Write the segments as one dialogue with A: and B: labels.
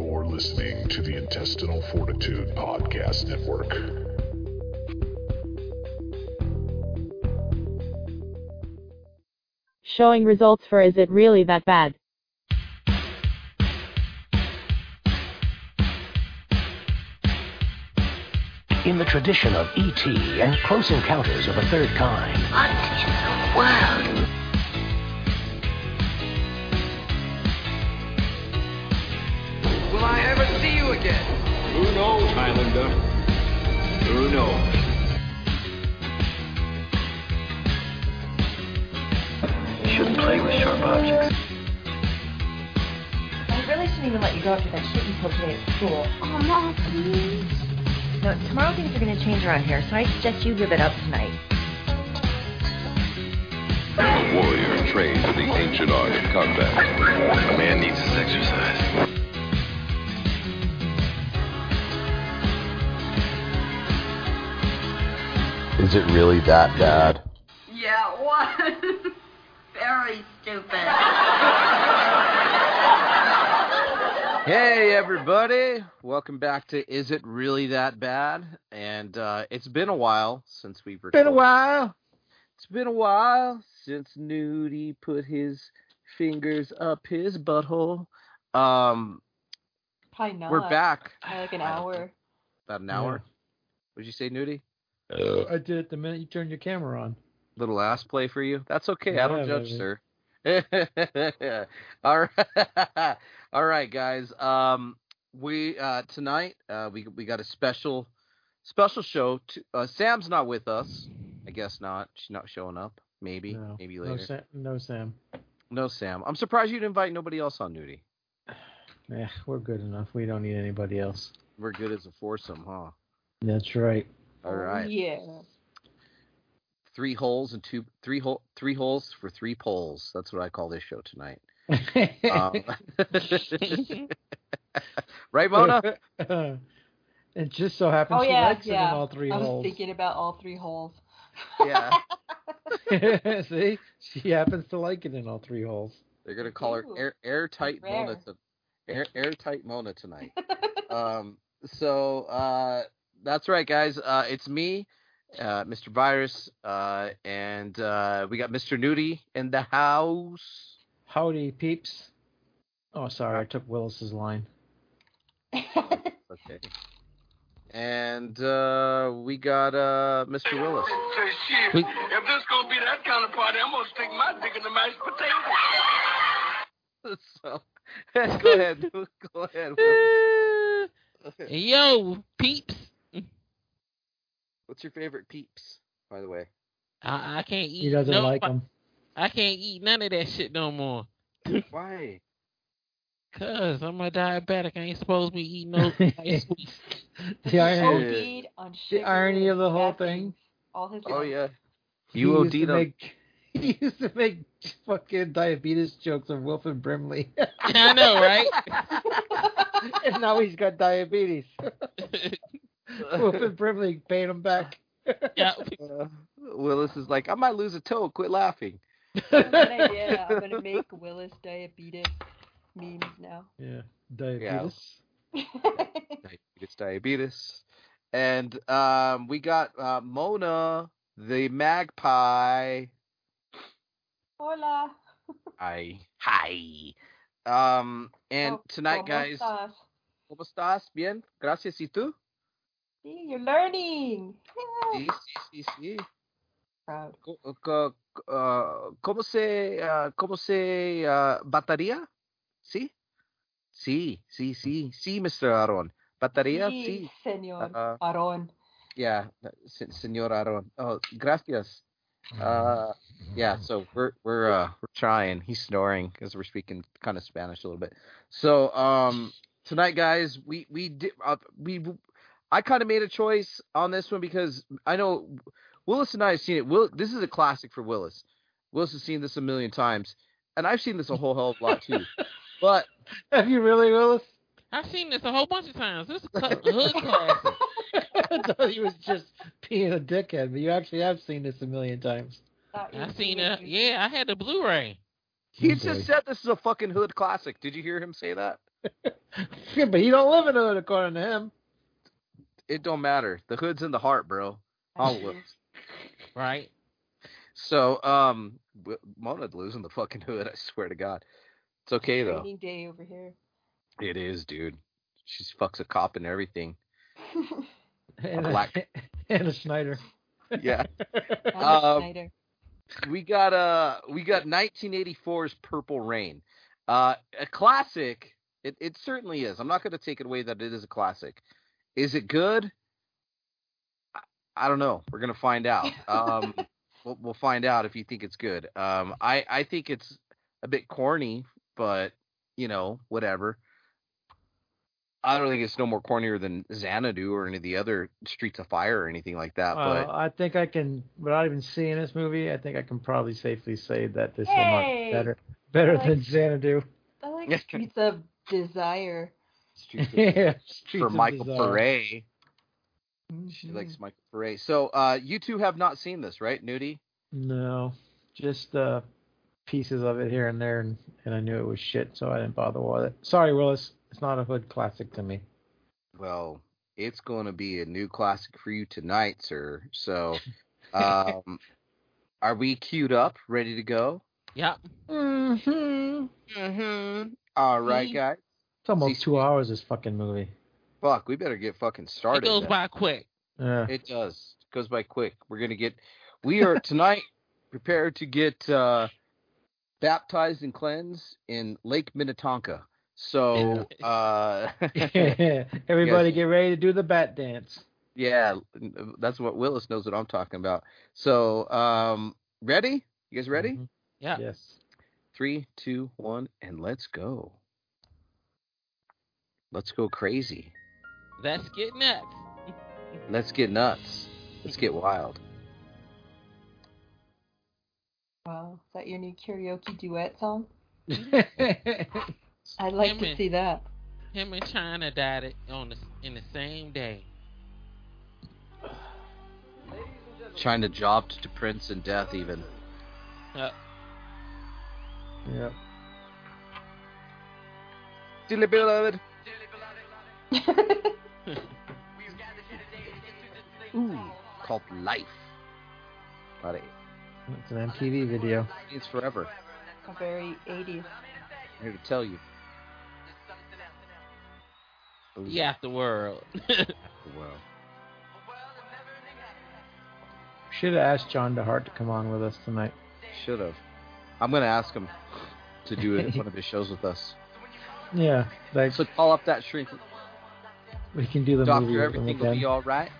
A: listening to the Intestinal Fortitude Podcast Network.
B: Showing results for Is It Really That Bad?
C: In the tradition of E.T. and Close Encounters of a Third Kind,
D: Will I ever see you again? Who knows, Highlander? Who knows?
C: shouldn't play with sharp objects.
E: I really shouldn't even let you go after that shit you pulled today at school. Oh, Mom, please. No, tomorrow things are going to change around here, so I suggest you give it up tonight.
F: A warrior trained for the ancient art of combat. A man needs his exercise.
G: Is it really that bad?
H: Yeah, it was. Very stupid.
I: Hey everybody, welcome back to Is It Really That Bad? And uh, it's been a while since we've recorded.
C: while.
I: It's been a while since Nudie put his fingers up his butthole. Um,
E: Probably not.
I: we're back
E: By like an
I: I don't
E: hour.
I: about an
J: Yeah.
I: hour. Would you say Nudie?
J: I did it the minute you turned your camera on.
I: Little ass play for you. That's okay. I don't
J: Yeah,
I: judge,
J: baby.
I: sir. All right, all right, guys. Um, we uh tonight uh we we got a special special show. To, uh, Sam's not with us. I guess not. She's not showing up. Maybe,
J: No,
I: maybe
J: no
I: later.
J: Sam, no Sam.
I: No, Sam. I'm surprised you didn't invite nobody else on Nudie.
J: Yeah, we're good enough. We don't need anybody else.
I: We're good as a foursome, huh?
J: That's right.
I: All right.
E: Oh, Yeah.
I: Three holes and two three hole three holes for three poles. That's what I call this show tonight. Um, right, Mona?
J: it just so happens
E: Oh,
J: she
E: yeah,
J: likes it
E: yeah.
J: in all three
E: I was
J: holes.
E: thinking about all three holes.
I: Yeah.
J: See, she happens to like it in all three holes.
I: They're gonna call her
E: Ooh,
I: air, airtight Mona.
E: rare.
I: To, air, airtight Mona tonight. um, so uh, that's right, guys. Uh, it's me, uh, Mr. Virus, uh, and uh, we got Mr. Nudie in the house.
J: Howdy, peeps. Oh, sorry, I took Willis's line.
I: Okay. And uh, we got uh, Mr. Willis.
D: Say, shit,
J: We-
D: if this gonna be that kind of party, I'm gonna stick my dick in the mashed potatoes.
I: so go ahead, go ahead. Willis.
K: Yo, peeps.
I: What's your favorite peeps, by the way?
K: I, I can't eat.
J: He doesn't
K: no,
J: like him.
K: I can't eat none of that shit no more.
I: Why?
K: Cause I'm a diabetic. I ain't supposed to be eating no ice sweets.
J: The irony,
E: OD'd on
J: the
E: sugar
J: irony of the whole
E: caffeine
J: thing.
E: All his
I: Oh
E: life.
I: yeah.
J: he
I: You
J: used to
I: OD'd on
J: make, He used to make fucking diabetes jokes of Wilfred Brimley.
K: I know, right?
J: and now he's got diabetes. Wilfred Brimley paid him back.
K: yeah.
I: Uh, Willis is like, I might lose a toe. Quit laughing.
E: That's a good idea. I'm gonna make Willis diabetes memes now.
J: Yeah, diabetes.
I: It's diabetes. And um, we got uh, Mona, the magpie.
E: Hola.
I: Hi. Hi. Um, and
E: Oh,
I: tonight,
E: ¿cómo
I: guys,
E: estás?
I: ¿cómo estás? Bien? Gracias. ¿Y tú?
E: See, you're learning.
I: Sí,
E: Yeah.
I: sí, sí, sí.
E: Proud.
I: Co- co- uh, ¿Cómo se, uh, cómo se uh, bataría? ¿Sí? Sí, sí, sí, sí, Mr. Aaron. ¿Bataría? Sí.
E: Sí, señor.
I: Uh,
E: Varón.
I: Yeah, that- se- Señor Aaron. Oh, gracias. Uh, yeah, so we're we're uh we're trying. He's snoring because we're speaking kind of Spanish a little bit. So um tonight, guys, we we did uh, we I kind of made a choice on this one because I know Willis and I have seen it. Will this is a classic for Willis. Willis has seen this a million times, and I've seen this a whole hell of a lot too. But
J: Have you really, Willis?
K: I've seen this a whole bunch of times. This is a cl- hood classic.
J: I thought he was just being a dickhead, but you actually have seen this a million times.
E: Not your
K: I've seen
E: teenage
K: it. Yeah, I had the Blu-ray.
I: he
J: Okay.
I: just said this is a fucking hood classic. Did you hear him say that?
J: but he don't live in the hood, according to him.
I: It don't matter. The hood's in the heart, bro. Hollywood.
K: right?
I: So, um, w- Mona's losing the fucking hood. I swear to God, it's okay though.
L: Training day over here.
I: It is, dude. She fucks a cop and everything.
J: And,
I: black-
J: and a Snyder.
I: Yeah.
L: Adam
I: Um,
L: Snyder.
I: we got uh we got 1984's Purple Rain, uh, a classic. It it certainly is. I'm not going to take it away that it is a classic. Is it good? I, I don't know. We're gonna find out. Um, we'll, we'll find out if you think it's good. Um, I I think it's a bit corny, but you know whatever. I don't think it's no more cornier than Xanadu or any of the other Streets of Fire or anything like that.
J: Uh,
I: but
J: I think I can, without even seeing this movie, I think I can probably safely say that this
L: Hey!
J: one is better, better
L: Like-
J: than Xanadu.
L: I
I: Yeah.
L: like Streets of Desire.
I: Streets of
J: yeah,
I: for Michael Beret. She
L: Mhm.
K: Mm-hmm.
I: likes Michael Beret. So uh, you two have not seen this, right, Nudie?
J: Mm-hmm. No, just uh, pieces of it here and there, and, and I knew it was shit, so I didn't bother with it. Sorry, Willis, it's not a hood classic to me.
I: Well, it's going to be a new classic for you tonight, sir. So, um, are we queued up, ready to go?
K: Yep.
J: Mm-hmm.
I: Mm-hmm. All right,
K: Mhm.
I: guys.
J: It's almost two hours. This fucking movie.
I: Fuck, we better get fucking
K: It
I: started.
K: goes
I: then.
K: by quick.
J: Yeah.
I: It does. It goes by quick. We're gonna get. We are tonight prepared to get uh, baptized and cleansed in Lake Minnetonka. So, uh,
J: Everybody,
I: Yes.
J: get ready to do the bat dance.
I: yeah, that's what Willis knows what I'm talking about. So, um, ready? You guys ready?
J: Mhm.
K: Yeah.
J: Yes.
I: Three, two, one, and let's go. Let's go crazy.
K: Let's get nuts.
I: Let's get nuts. Let's get wild.
L: Wow, is that your new karaoke duet song?
J: yeah,
L: I'd like
K: Damn
L: to
K: it.
L: see that.
K: Him and China died it- on the, in the same day.
I: China jobbed to Prince and Death, even.
K: Uh,
I: Dearly beloved. Ooh, called Life. Buddy,
J: it's an MTV video.
I: it's forever.
L: A very 80s.
I: I'm here to tell you. Ooh,
K: yeah, the world.
I: The world.
J: Should have asked John DeHart to come on with us tonight.
I: Should have. I'm gonna ask him to do it one of his shows with us.
J: Yeah, like
I: So call up that shrink,
J: we can do the movie.
I: doctor.
J: with him
I: Everything will
J: again.
I: be all right.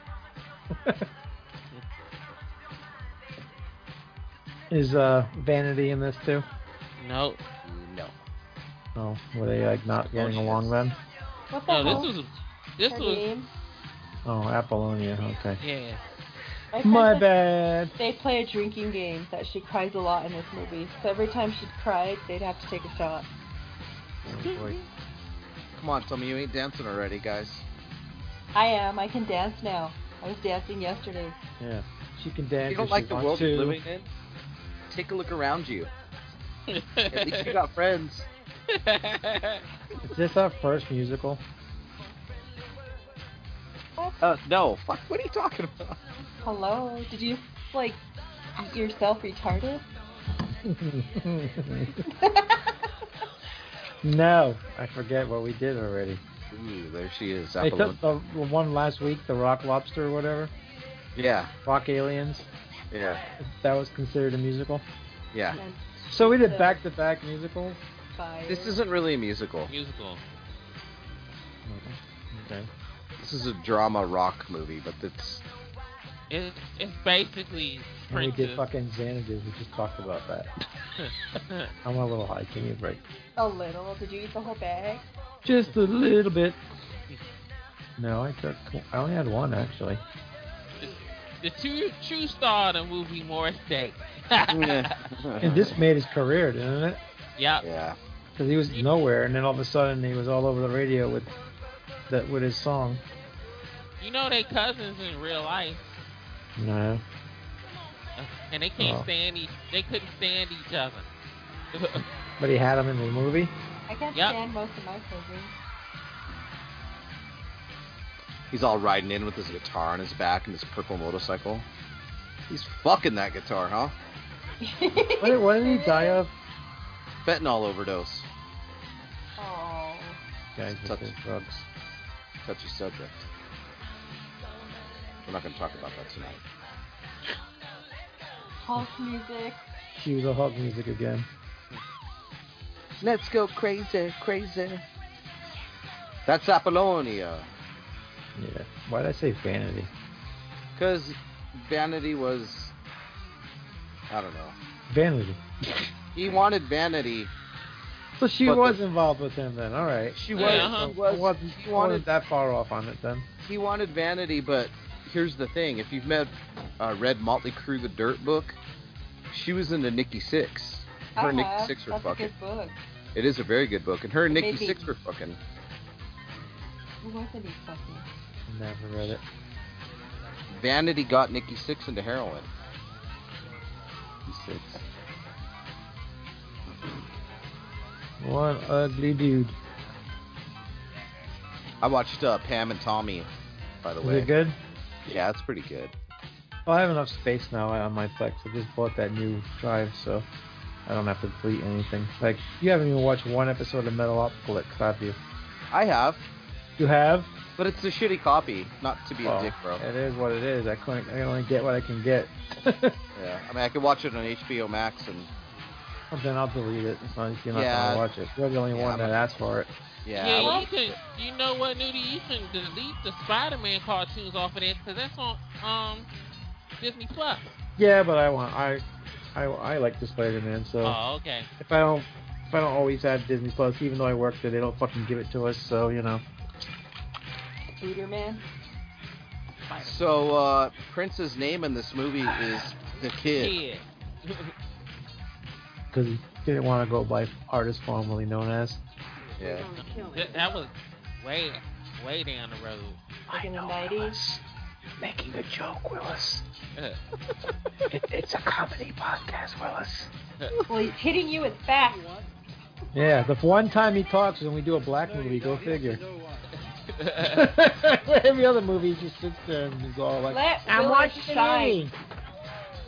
J: Is uh Vanity in this too?
K: no,
I: No.
J: Oh, were they like not going
I: she
J: along
I: is.
J: then?
L: What the
K: no,
L: hell?
K: this was, this
L: Her
K: was,
L: name?
J: Oh, Apollonia. Okay.
K: yeah.
L: My friend
J: My
L: said
J: bad.
L: They play a drinking game that she cries a lot in this movie. So every time she cried, they'd have to take a shot.
J: Oh, boy.
I: Come on, tell me you ain't dancing already, guys.
L: I am. I can dance now. I was dancing yesterday.
J: Yeah. She can dance.
I: you don't
J: if
I: like
J: she
I: the
J: wants
I: world
J: to.
I: you're living in? Take a look around you. At least you got friends.
J: Is this our first musical?
I: Uh, no. Fuck. What are you talking about?
L: Hello? Did you, like, eat yourself retarded?
J: no, I forget what we did already.
I: Ooh, there she is.
J: They
I: Apollo.
J: took the the one last week, the rock lobster or whatever,
I: Yeah.
J: rock aliens.
I: Yeah.
J: That was considered a musical.
I: Yeah.
L: And
J: So we did back to back musicals.
L: fire.
I: This isn't really a musical.
K: Musical.
J: Okay.
I: This is a drama rock movie, but it's
K: It's, it's basically
J: And we did
K: Princess.
J: fucking Xanadu. We just talked about that. I'm a little high. Give me a break.
L: a little. Did you eat the whole bag?
J: Just a little bit. No, I took. I only had one actually.
K: the true, true star of the movie Morris Day.
J: And this made his career, didn't it?
K: Yep.
I: yeah.
J: Because he was nowhere, and then all of a sudden he was all over the radio with that with his song.
K: You know they cousins in real life,
J: No.
K: uh, and they can't
J: Oh.
K: stand each. They couldn't stand each other.
J: But he had him in the movie.
L: I can't
K: Yep.
L: stand most of my surgery.
I: He's all riding in with his guitar on his back and his purple motorcycle. He's fucking that guitar, huh?
J: What did, what did he die of?
I: Fentanyl overdose.
L: Oh.
J: Guys
I: Touch.
J: with their drugs.
I: Touchy subject. We're not going to talk about that tonight.
L: Hulk music.
J: Cue the Hulk music again.
I: Let's go crazy, crazy. That's Apollonia.
J: Yeah. Why did I say vanity?
I: Because Vanity was. I don't know.
J: Vanity.
I: He wanted Vanity.
J: So she
I: But the-
J: was involved with him then. All right.
I: She
K: Yeah,
I: was.
K: uh-huh.
I: He was. he
J: I wasn't, I wasn't
I: wanted
J: that far off on it then.
I: He wanted Vanity, but here's the thing: if you've met, uh, read Motley Crue, The Dirt Book, she was into Nikki Six. Her
L: I
I: and Nikki
L: have.
I: Six were
L: Uh-huh. That's a
I: fucking.
L: good book.
I: It is a very good book, and her and Nikki
L: Maybe.
I: Six were fucking.
L: Who wasn't he fucking?
J: Never read it.
I: Vanity got Nikki Six into heroin.
J: Six. One ugly dude.
I: I watched uh, Pam and Tommy, by the
J: Is
I: way.
J: it good?
I: Yeah, it's pretty good.
J: Well, I have enough space now on my Plex. I just bought that new drive, so I don't have to delete anything. Like, you haven't even watched one episode of Metalopolis, have you?
I: I have,
J: You have?
I: but it's a shitty copy. Not to be a
J: Well, eh.
I: dick, bro.
J: It is what it is. I couldn't. I can only get what I can get.
I: Yeah, I mean, I could watch it on HBO Max, and
J: Well, then I'll delete it. It's not, you're not
I: Yeah.
J: gonna watch it. You're the only
I: Yeah,
J: one
I: I'm
J: that
I: not-
J: asked for it.
I: yeah,
K: Yeah,
I: I would-
K: you can. You know what, Nudie? You can delete the Spider-Man cartoons off of that because that's on um Disney Plus.
J: Yeah, but I want. I, I, I like the Spider-Man. So
K: Oh, okay.
J: if I don't, if I don't always have Disney Plus, even though I work there, they don't fucking give it to us. So you know.
L: Booter man.
I: So uh, Prince's name in this movie is the kid.
K: Yeah.
J: because he didn't want to go by artist formerly known as.
I: Yeah.
K: That, that was way, way down the road.
L: Like in the 90s.
I: Making a joke, Willis.
K: Uh,
I: it's a comedy podcast, Willis.
L: Well, he's hitting you with facts.
J: Yeah, the one time he talks is when we do a black movie. Go figure. Every other movie, he just sits there and he's all like,
L: Let
J: "I'm
L: Willis
J: watching the
L: shine."
J: movie."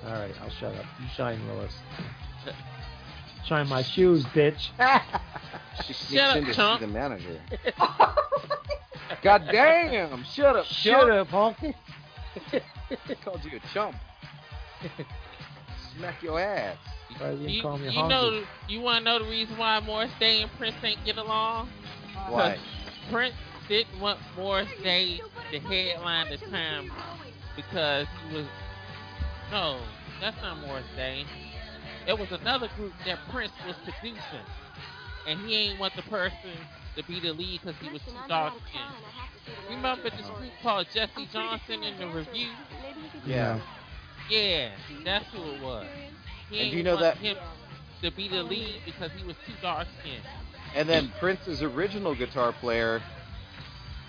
J: All right, I'll shut up. You shine, Willis. Shine my shoes, bitch.
I: She sneaks
K: Shut up,
I: in to
K: chump.
I: see the manager. God damn! Shut up,
J: Shut
I: chump.
J: up, honky.
I: Called you a chump. Smack your ass.
J: Why you didn't
K: you,
J: call me
K: you
J: honky?
K: know, you want to know the reason why Morris Day and Prince didn't get along?
I: Why?
K: Prince didn't want Morris Day to headline the time because he was. No, that's not Morris Day. It was another group that Prince was producing, and he ain't want the person to be the lead because he was too dark skinned. Remember this group called Jesse Johnson in the review?
I: Yeah.
K: Yeah, that's who it was. He
I: And
K: ain't
I: do you know
K: want
I: that-
K: him to be the lead because he was too dark skinned.
I: And then Prince's original guitar player,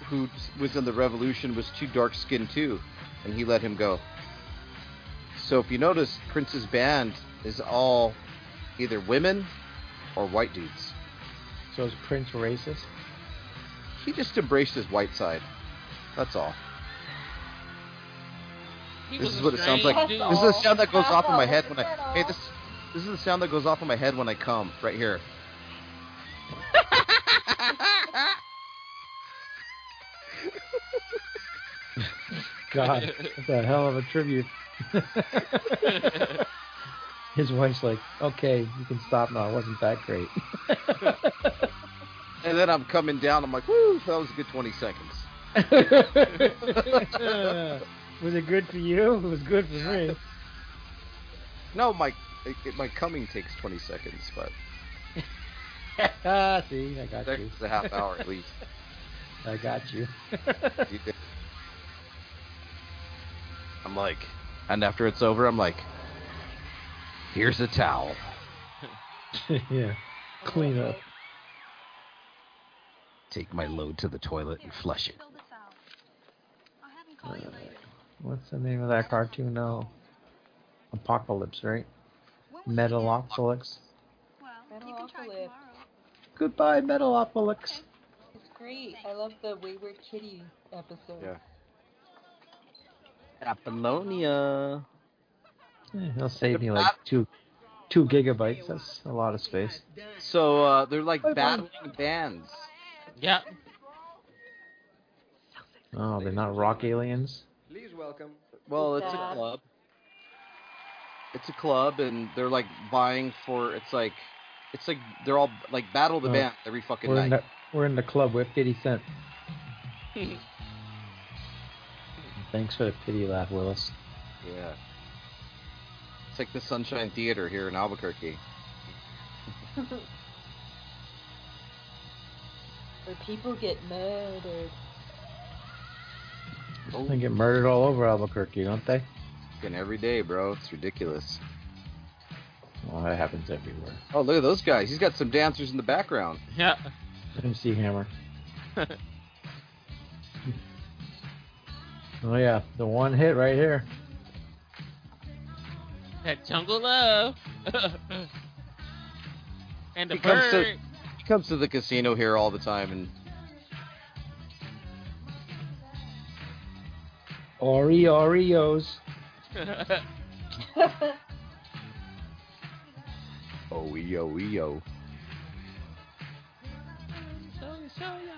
I: who was in the Revolution, was too dark skinned too, and he let him go. So if you notice, Prince's band is all either women or white dudes.
J: So is Prince racist?
I: He just embraced his white side. That's all.
K: He
I: This
K: was
I: is
K: a
I: what it sounds
K: strange
I: like.
K: dude.
I: This is the sound that goes
L: That's
I: off in my
L: all.
I: head when
L: That's
I: I.
L: all.
I: Hey, this. This is the sound that goes off in my head when I come right here.
J: God, that's a hell of a tribute. His wife's like, okay, you can stop now. It wasn't that great.
I: And then I'm coming down. I'm like, woo, that was a good 20 seconds.
J: was it good for you? It was good for me.
I: No, my it, it- my coming takes 20 seconds, but
J: ah, see, I got
I: that
J: you.
I: was a half hour at least.
J: I got you.
I: You did. I'm like, and after it's over, I'm like, here's a towel.
J: yeah. Clean up.
I: Take my load to the toilet and flush it.
J: What's the name of that cartoon Oh, now? Apocalypse, right? Metalopolis.
L: Metalocalypse.
J: Goodbye, Metalopolis.
L: It's great. I love the Wayward Kitty episode.
I: Yeah. Apollonia.
J: Yeah, They'll save me like two two gigabytes. That's a lot of space.
I: So uh, they're like
J: Bye-bye.
I: battling bands.
K: Yeah.
J: Oh, they're not rock aliens.
D: Please welcome.
I: Well, it's a
L: Dad.
I: club. It's a club, and they're like vying for. It's like, it's like they're all like battle the
J: Oh.
I: band every fucking
J: We're in,
I: night.
J: the, we're in the club. We're pity sent. Thanks for the pity laugh, Willis.
I: Yeah. It's like the Sunshine Theater here in Albuquerque.
L: Where people get murdered.
J: They get murdered all over Albuquerque, don't they?
I: And every day, bro, it's ridiculous.
J: Well, that happens everywhere.
I: Oh, look at those guys. He's got some dancers in the background.
K: Yeah.
J: MC Hammer. Oh yeah, the one hit right here.
K: that jungle love. and the
I: He comes to-
K: bird.
I: He comes to the casino here all the time, and
J: Ori Oreos.
I: oh yo yo.
K: show you, show you.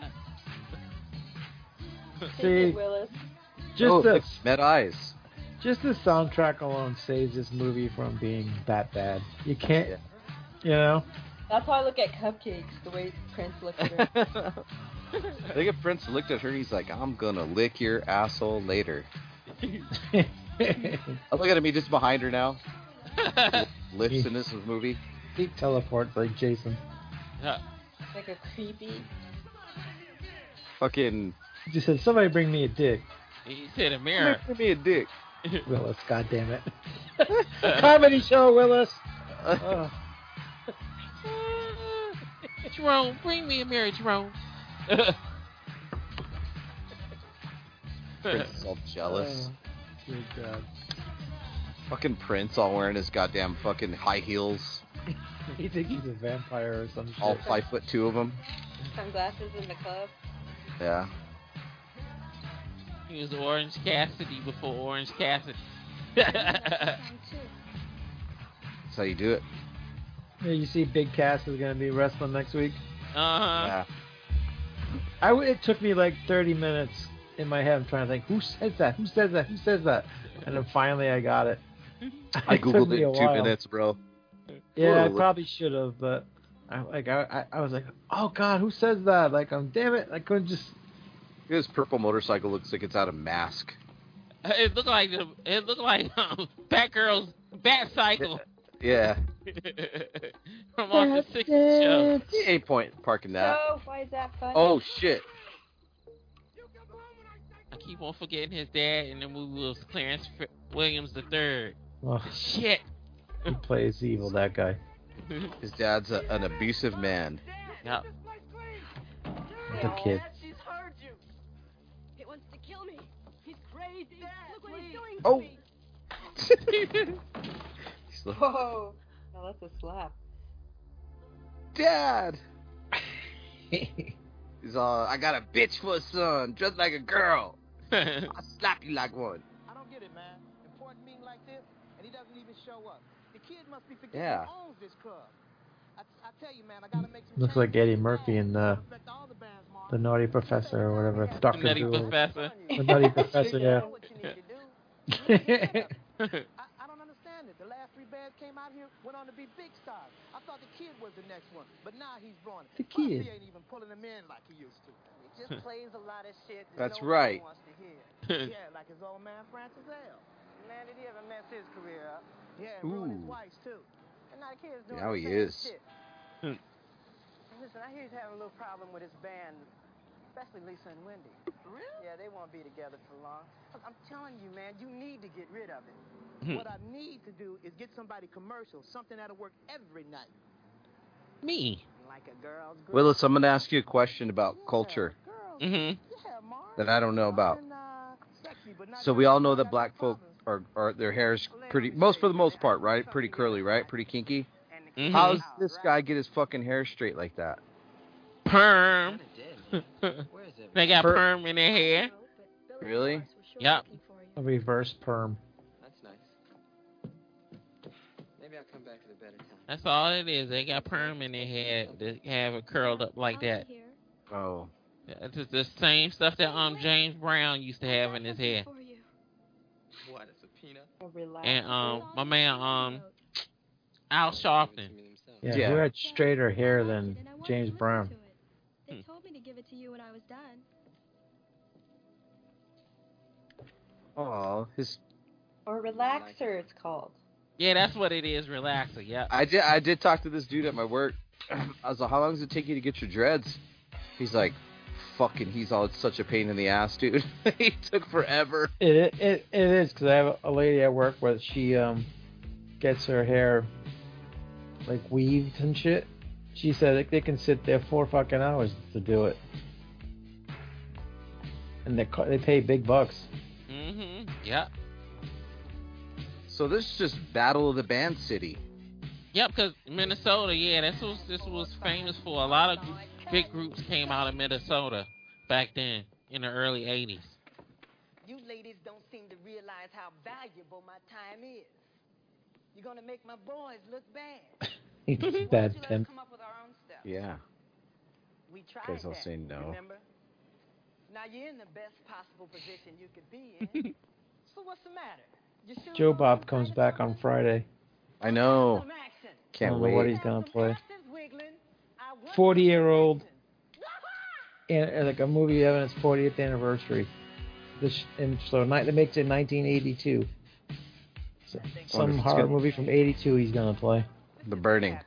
L: Take
J: See,
L: it, Willis.
J: just
I: oh,
J: the
I: it's Met Eyes.
J: just the soundtrack alone saves this movie from being that bad. You can't,
I: Yeah.
J: you know.
L: That's how I look at cupcakes, the way Prince looked at her.
I: I think if Prince looked at her, he's like, "I'm gonna lick your asshole later." I look at him. He's just behind her now. Lips in this movie.
J: he teleports like Jason.
K: yeah.
L: like a creepy.
I: Fucking.
J: He just said, "Somebody bring me a dick,
K: He said a mirror.
I: Give me a dick.
J: Willis." God damn it! Comedy show, Willis. Ugh.
K: Jerome, bring me a mirror, Jerome.
I: Prince is all jealous.
J: Oh, good God.
I: Fucking Prince, all wearing his goddamn fucking high heels.
J: You think he's a vampire or some shit?
I: All five foot two of them.
L: Sunglasses in the club.
I: Yeah.
K: He was Orange Cassidy before Orange Cassidy.
I: That's how you do it.
J: Yeah, you see, Big Cass is gonna be wrestling next week.
K: uh-huh.
I: Yeah.
J: I w- it took me like 30 minutes in my head. I'm trying to think, who says that? Who says that? Who says that? And then finally, I got it.
I: I
J: It took
I: googled
J: me
I: it
J: a
I: in two
J: while.
I: minutes, bro.
J: Yeah, I
I: Whoa.
J: probably should have, but I like I, I I was like, oh god, who says that? Like, I'm damn it, I couldn't just.
I: This purple motorcycle looks like it's out of mask.
K: It looked like the, it looked like um, Batgirl's Bat Cycle
I: Yeah.
K: from off the sixth show.
I: He ain't point parking that.
L: No, why is that funny?
I: Oh shit.
K: I keep on forgetting his dad in the movie was Clarence F- Williams III.
J: Well,
K: Shit.
J: he plays evil, that guy.
I: His dad's a, an abusive man.
K: Yeah.
J: The kid.
M: It wants to kill me. He's crazy. Look what he's doing
I: Oh.
M: to me.
I: He's like, "Oh,
L: Whoa. Now that's a slap.
I: Dad. He's all, I got a bitch for a son, dressed like a girl. I'll slap you like one.
N: I don't get it, man. Important meeting like this, and he doesn't even show up. The kid must be forgetting
I: Yeah.
N: he owns this club. I, I tell you, man, I gotta make some
J: Looks like Eddie Murphy in the
N: respect all the bands, Mark.
J: the Naughty Professor or whatever,
K: The
J: Doctor
K: Nutty
J: Who.
K: Professor.
J: The Nutty Professor,
N: You
J: yeah.
N: know what you need to do. I, I don't understand it. The last three bands came out here went on to be big stars. I thought the kid was the next one, but now he's blowing it.
J: The
N: Plus,
J: kid.
N: he ain't even pulling them in like he used to. He just plays a lot of shit that
I: That's
N: no one
I: right.
N: wants to hear. yeah, like his old man Francis L. Man, did he ever mess his career up? Yeah, and ruined his
I: Ooh.
N: wife's too. And now the kid's doing
I: Now
N: the
I: he
N: same
I: is.
N: shit.
K: Hmm.
N: Listen, I hear he's having a little problem with his band, especially Lisa and Wendy. Really? Yeah, they won't be together for long. Look, I'm telling you, man, you need to get rid of it.
K: Hmm.
N: what I need to do is get somebody commercial, something that'll work every night.
K: Me.
N: Like a girl's group.
I: Willis, I'm gonna ask you a question about culture
N: Girls,
K: Mm-hmm.
N: yeah, Mark.
I: that I don't know about.
N: And, uh, sexy, but not
I: So we all know that black folk are, are their hair's pretty most for the most part, right? Pretty curly, right? Pretty kinky.
N: And the
K: Mhm.
I: How does this guy get his fucking hair straight like that?
K: perm. they got perm in their hair.
I: Really?
K: Yep.
J: A reverse perm.
D: That's nice. Maybe I'll come back at a better time.
K: That's all it is. They got perm in their hair. They have it curled up like that.
I: Oh.
K: It's just the same stuff that um James Brown used to have in his hair.
D: What, a subpoena?
K: And um my man um Al Sharpton.
J: Yeah,
K: Yeah.
J: who had straighter hair than James Brown?
K: Hmm.
M: They told me to give it to you when I was done.
I: Oh, his.
L: Or relaxer, it's called.
K: Yeah, that's what it is, relaxer. Yeah.
I: I did. I did talk to this dude at my work. I was like, "How long does it take you to get your dreads?" He's like, "Fucking, he's all. It's such a pain in the ass, dude. he took forever."
J: It it it is because I have a lady at work where she um gets her hair like weaved and shit. She said like, they can sit there four fucking hours to do it, and they co- they pay big bucks.
K: Mhm. Yep.
I: So this is just Battle of the Band City.
K: Yep, because Minnesota, yeah, this was this was famous for a lot of group, big groups came out of Minnesota back then in the early '80s.
N: You ladies don't seem to realize how valuable my time is. You're gonna make my boys look bad.
J: It's bad
N: Let's
J: pimp.
N: come up with our own stuff.
I: Yeah.
N: We tried
I: Guys all
N: that,
I: say no.
N: Remember? Now you're in the best possible position you could be in. so what's the matter? You sure
J: Joe Bob comes back on Friday.
I: I know.
N: some action.
J: I
I: Can't
J: don't
I: wait.
J: know what he's gonna play.
N: Since wiggling, I want
J: Forty year old, and and, like a movie having its 40th anniversary. This and so night that makes it 1982. So, some
I: it's
J: horror
I: good.
J: movie from '82 he's gonna play.
I: The burning.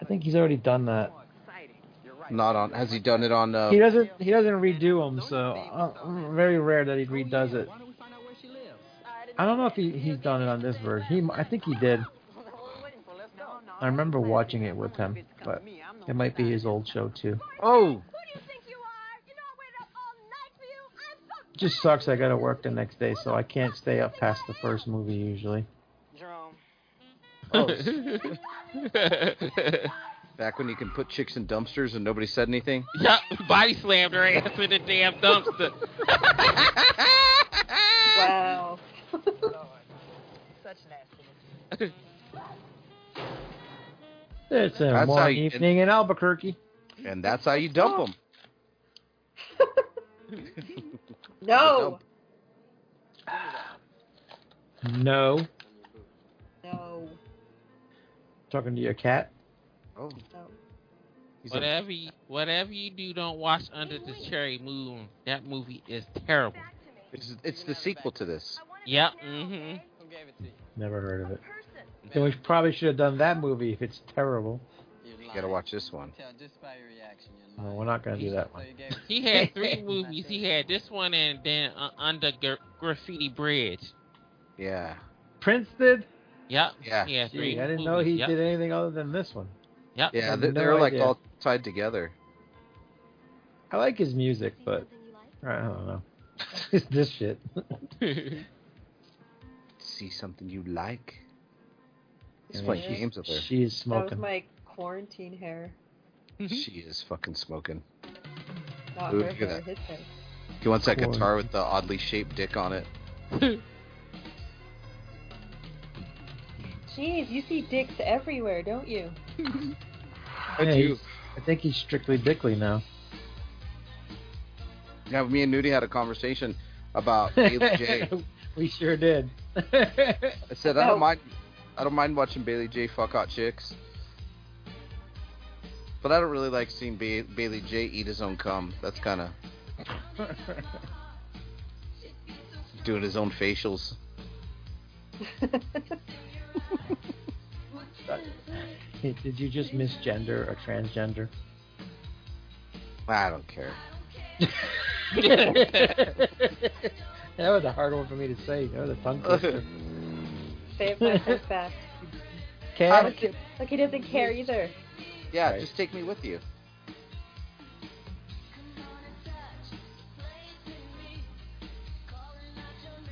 J: I think he's already done that.
I: Not on. Has he done it on? Uh,
J: He doesn't. He doesn't redo them, so uh, very rare that he redoes it. I don't know if he, he's done it on this version. He, m- I think he did. I remember watching it with him, but it might be his old show too.
I: Oh.
J: Just sucks. I gotta work the next day, so I can't stay up past the first movie usually.
N: Jerome.
I: Oh. Back when you can put chicks in dumpsters and nobody said anything.
K: Yup, body slammed her ass in the damn dumpster.
L: Wow.
N: Such nastiness.
J: It's a
I: That's how
J: warm
I: you-
J: evening in Albuquerque.
I: And that's how you
J: Oh.
I: dump them.
L: No.
J: No,
L: No.
J: talking to your cat.
I: Oh. He's a-
K: whatever, you, whatever you do, don't watch Under the Cherry Moon. That movie is terrible.
I: It's, it's the sequel to this.
K: Yep. hmm
D: Who gave it to you?
J: Never heard of it.
D: Person.
J: Then we probably should have done that movie if it's terrible.
D: You're
I: You gotta watch this one.
D: Tell just by your reaction. You're
J: No, we're not gonna do that
D: So
J: one.
D: you gave it to
K: He had three movies. He had this one and then uh, Under Gra- Graffiti Bridge.
I: Yeah.
J: Prince did.
K: Yep.
I: Yeah.
K: He had three
J: Gee, I didn't
K: movies.
J: know he
K: yep.
J: did anything other than this one.
K: Yep.
I: Yeah,
J: have
I: they're,
J: no
I: they're like
J: idea.
I: all tied together.
J: I like his music, but I don't know. It's this shit.
I: See something you like. He's
J: Yeah,
I: playing
L: she's-
I: games with her.
J: She is
L: That was
J: smoking.
L: my quarantine hair.
J: Mm-hmm.
I: She is fucking smoking.
L: Not
I: Ooh,
L: her
I: look at
L: hair,
I: that.
L: his hair.
I: He wants that
J: Cool.
I: guitar with the oddly shaped dick on it.
L: Jeez, you see dicks everywhere, don't you?
I: I do.
J: Yeah, he's- I think he's strictly Dickley now.
I: Yeah, me and Nudie had a conversation about Bailey J.
J: we sure did.
I: I said I don't
L: Oh.
I: mind. I don't mind watching Bailey J. Fuck hot chicks, but I don't really like seeing ba- Bailey J. eat his own cum. That's kind of doing his own facials.
J: did you just misgender or transgender?
I: I don't care.
J: that was a hard one for me to say. That was a tongue twister.
L: Say it fast, say it fast.
I: I
J: Cat?
I: don't care.
L: Look, he doesn't care either.
I: Yeah,
J: Right.
I: just take me with you.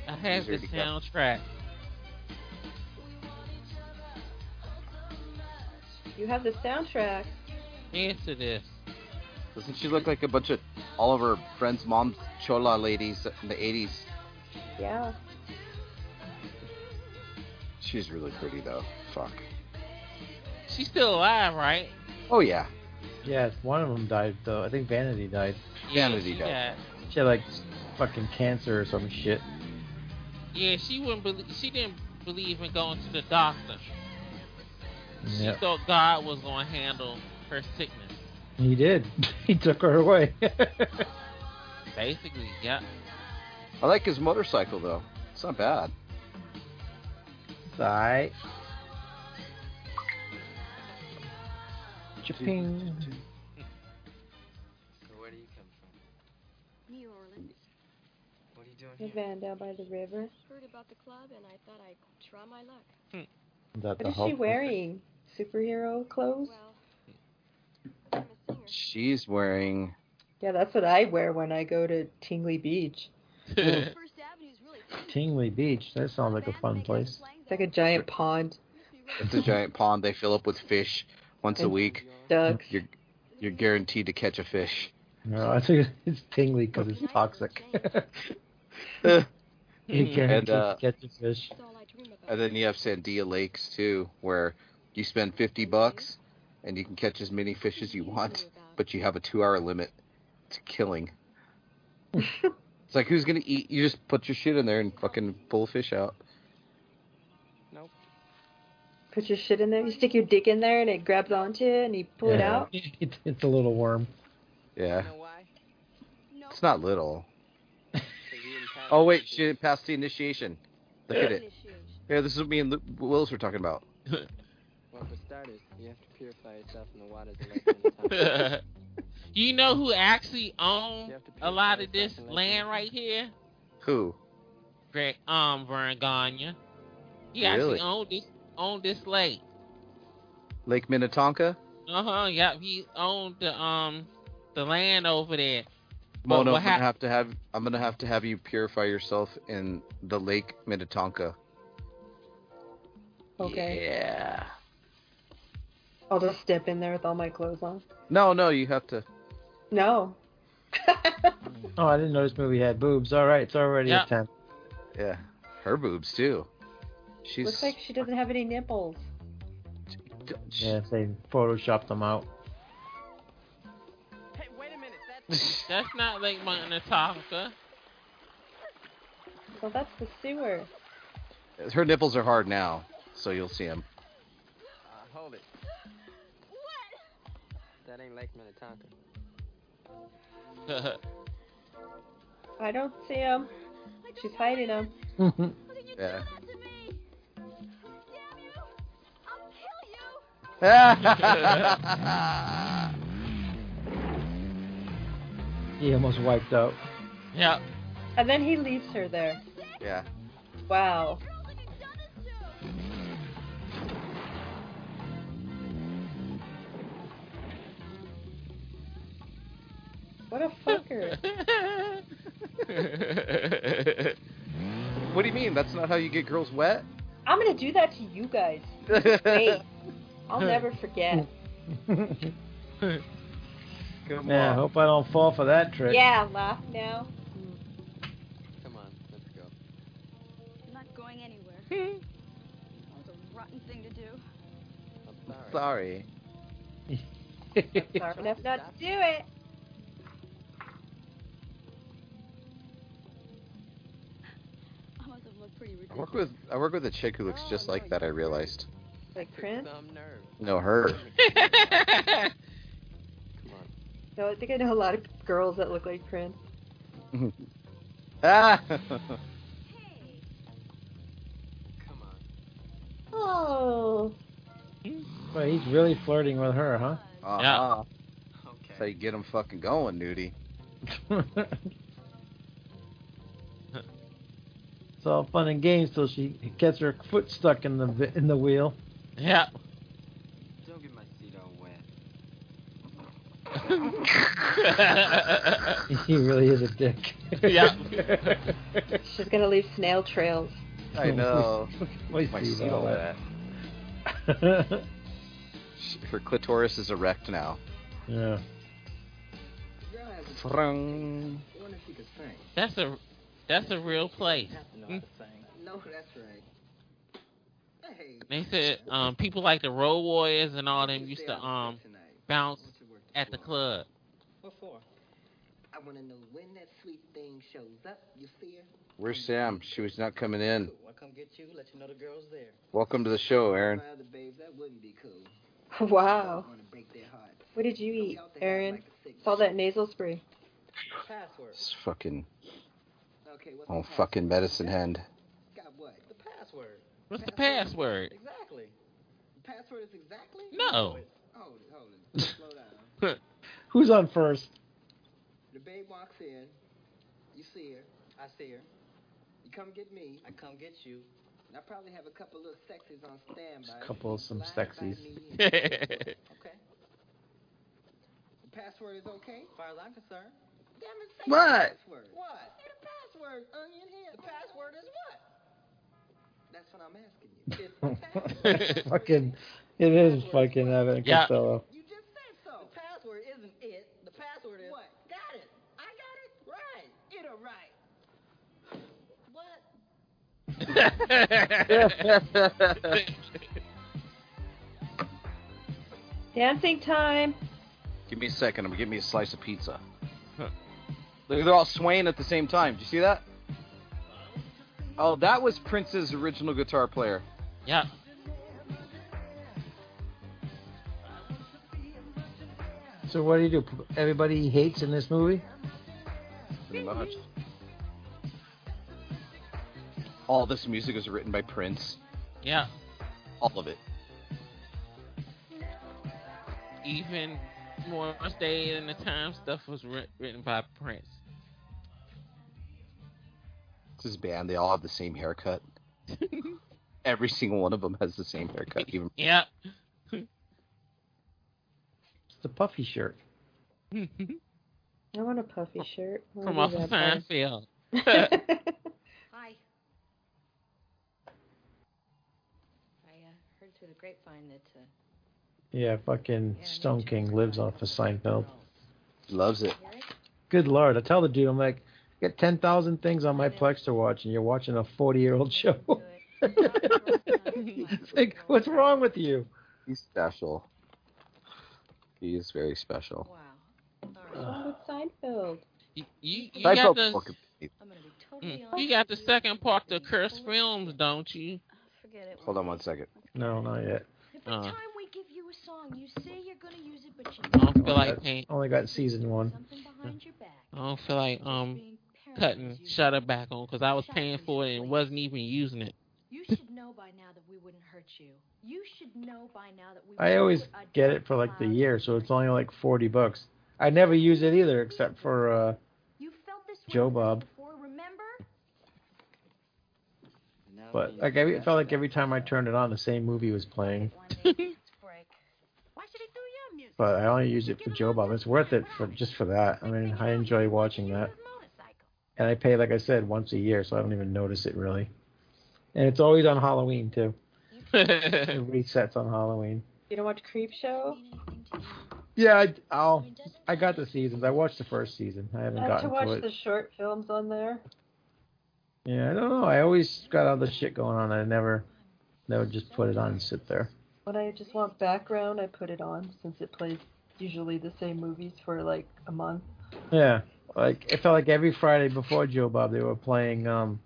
K: I have
I: Easier
K: this
I: to get.
K: soundtrack.
L: You have the soundtrack.
K: Answer this.
I: Doesn't she look like a bunch of all of her friends' moms, Chola ladies in the 80s?
L: Yeah.
I: She's really pretty, though. Fuck.
K: She's still alive, right?
I: Oh, yeah.
J: Yes, one of them died though. I think Vanity died.
I: Vanity died.
K: Yeah.
J: She had like fucking cancer or some shit.
K: Yeah, she wouldn't believe. She didn't believe in going to the doctor. She
J: Yep.
K: thought God was going to handle her sickness.
J: He did. he took her away.
K: Basically, yeah.
I: I like his motorcycle, though. It's not bad.
J: Sigh. Cha-ping.
D: Where do you come from?
M: New Orleans.
D: What are you doing
L: The
D: here?
L: van down by the river.
M: Heard about the club and I thought I'd try my luck.
J: Is that
L: What
J: the
L: is she
J: Hulk?
L: wearing? Superhero clothes?
I: She's wearing.
L: Yeah, that's what I wear when I go to Tingley Beach. it's
J: Tingley Beach. That sounds like a fun place.
L: like a giant pond.
I: It's a giant pond they fill up with fish once a
L: And
I: week.
L: Ducks.
I: You're you're guaranteed to catch a fish.
J: No, I think it's Tingley because it's toxic. you can't
I: And, uh,
J: catch a fish.
I: And then you have Sandia Lakes too, where you spend fifty bucks and you can catch as many fish as you want, but you have a two hour limit to killing. it's like who's gonna eat you just put your shit in there and fucking pull a fish out.
L: Put your shit in there. You stick your dick in there and it grabs onto you and you pull it
J: Yeah.
L: out.
J: It's, it's a little worm.
I: Yeah. It's not little. oh wait, she didn't pass the initiation. Look at it. Yeah, this is what me and Lu- Willis were talking about.
D: Well, for starters, you have to purify yourself in the waters of Lake Minnetonka.
K: you know who actually owned a lot of this land right here?
I: Who?
K: Greg um Vern Gagne. He actually
I: Really?
K: owned this owned this lake.
I: Lake Minnetonka?
K: Uh huh. Yeah, he owned the um the land over there. But
I: Mono,
K: what
I: I'm gonna
K: hap-
I: have to have I'm gonna have to have you purify yourself in the Lake Minnetonka.
L: Okay.
I: Yeah.
L: I'll just step in there with all my clothes on.
I: No, no, you have to.
L: No.
J: Oh, I didn't know this movie had boobs. All right, it's already
I: Yeah.
J: a ten.
I: Yeah, her boobs too. She's
L: Looks like she doesn't have any nipples.
J: Yeah, they photoshopped them out.
K: That's not Lake Minnetonka.
L: Well, that's the sewer.
I: her nipples are hard now, so you'll see them.
D: Uh, hold it. What? That ain't Lake Minnetonka.
L: I don't see him. She's hiding him.
I: yeah.
J: He almost wiped out.
K: Yeah.
L: And then he leaves her there.
I: Yeah.
L: Wow. What a fucker.
I: what do you mean? That's not how you get girls wet.
L: I'm gonna do that to you guys. Wait. I'll never forget.
I: Come
J: Yeah, I hope I don't fall for that trick.
L: Yeah, laugh now.
D: Come on, let's go.
M: I'm not going anywhere. that was a rotten thing to do.
D: I'm sorry.
I: Sorry.
L: Sorry enough not to do it.
M: I must have looked pretty
I: I
M: ridiculous.
I: work with I work with a chick who looks
M: Oh,
I: just like that. I realized.
L: Like Prince?
D: Some nerve.
I: No, her.
D: Come on.
L: No, I think I know a lot of girls that look like Prince.
I: ah.
D: Come on.
L: Oh.
J: But he's really flirting with her, huh?
I: Uh-huh.
D: Okay.
I: That's how you get them fucking going, nudie.
J: it's all fun and games till she gets her foot stuck in the vi- in the wheel.
K: Yeah.
D: Don't get my seat all wet.
J: He really is a dick.
K: Yeah.
L: She's gonna leave snail trails.
I: I know.
J: Why
I: my
J: see
I: seat
J: all
I: all wet.
J: that?
I: She- Her clitoris is erect now.
J: yeah.
I: Frung.
N: wonder if she could sing.
K: That's a that's a real place.
N: No, no that's right. Hey,
K: They said um, people like the Road Warriors and all them used to um, bounce at the club.
N: what for? I want to know when that sweet thing shows up. You see her?
I: Where's Sam? She was not coming in.
N: I'll come get you, let you know the girl's there.
I: Welcome to the show, Aaron.
N: By the babes, that wouldn't be cool.
K: Oh.
L: Wow.
N: I wanna break their hearts.
L: What did you eat, Aaron? It's all that nasal spray.
N: Password.
I: It's fucking
N: Okay, what's
I: oh
N: the
I: fucking medicine hand.
N: password? Got what? The password.
K: What's the password?
N: Exactly. The password is exactly?
K: No.
N: Hold it, hold it. Slow down.
J: Who's on first?
N: The babe walks in. You see her. I see her. You come get me. I come get you. And I probably have a couple little sexies on standby.
J: Couple of some sexies.
N: okay. The password is okay? As far as I'm concerned. Damn it, say the
J: What?
N: Password. What? Say the password, onion head. The password is what? That's what I'm asking you. It's the password.
J: fucking, it is fucking Evan and
K: Yeah.
J: Costello.
N: You just said so. The password isn't it. The password is what? Got it. I got it. Right. It a right. What?
L: Dancing time.
I: Give me a second. I'm gonna give me a slice of pizza. They're they're all swaying at the same time. Do you see that? Oh, that was Prince's original guitar player.
K: Yeah.
J: So what do you do? P- Everybody he hates in this movie?
I: Pretty much. All this music was written by Prince.
K: Yeah.
I: All of it.
K: Even more stay in the time stuff was writ- written by Prince.
I: It's his band. They all have the same haircut. Every single one of them has the same haircut. Even
K: Yeah.
J: It's the puffy shirt.
L: I want a puffy shirt. I wanna be
K: From off
L: that
K: of
L: bad.
K: Seinfeld.
C: Hi. I uh, heard through the grapevine that. Uh,
J: Yeah, fucking Stone King lives off of Seinfeld.
I: loves it.
J: Good lord, I tell the dude, I'm like, I got 10,000 things on my Plex to watch, and you're watching a 40 year old show. It's like, what's wrong with you?
I: He's special. He is very special.
L: What's wrong with Seinfeld?
K: You, you, you
I: Seinfeld
K: got the,
I: fucking-
K: mm, you got the second part to Curse Films, don't you?
C: forget it.
I: Hold on one second.
J: No, not yet.
C: Every
K: Uh,
C: time we give you a song, you say you're gonna use it, but you
K: I don't feel
J: Only
K: like
J: got-
K: paint.
J: Only got season one.
C: something behind your back.
K: I don't feel like um cutting Shutter back on because I was paying for it and wasn't even using it.
C: You should know by now that we wouldn't hurt you. You should know by now that we.
J: I always
C: wouldn't Um, put a
J: get it for like the year, so it's only like 40 bucks. I never use it either, except for uh,
C: You felt this way
J: Joe Bob.
C: before, remember?
J: But like, I it felt like every time I turned it on, the same movie was playing.
C: Why should it do your music?
J: But I only use it for Joe Bob. It's worth it for just for that. I mean, I enjoy watching that. And I pay, like I said, once a year, so I don't even notice it really. And it's always on Halloween too. It resets on Halloween.
L: You don't watch Creep Show?
J: Yeah, I, I'll. I got the seasons. I watched the first season. I haven't
L: I have to
J: gotten
L: watch
J: to it.
L: the short films on there.
J: Yeah, I don't know. I always got all this shit going on. I never, never just put it on and sit there.
L: When I just want background, I put it on since it plays usually the same movies for like a month.
J: Yeah, like it felt like every Friday before Joe Bob they were playing um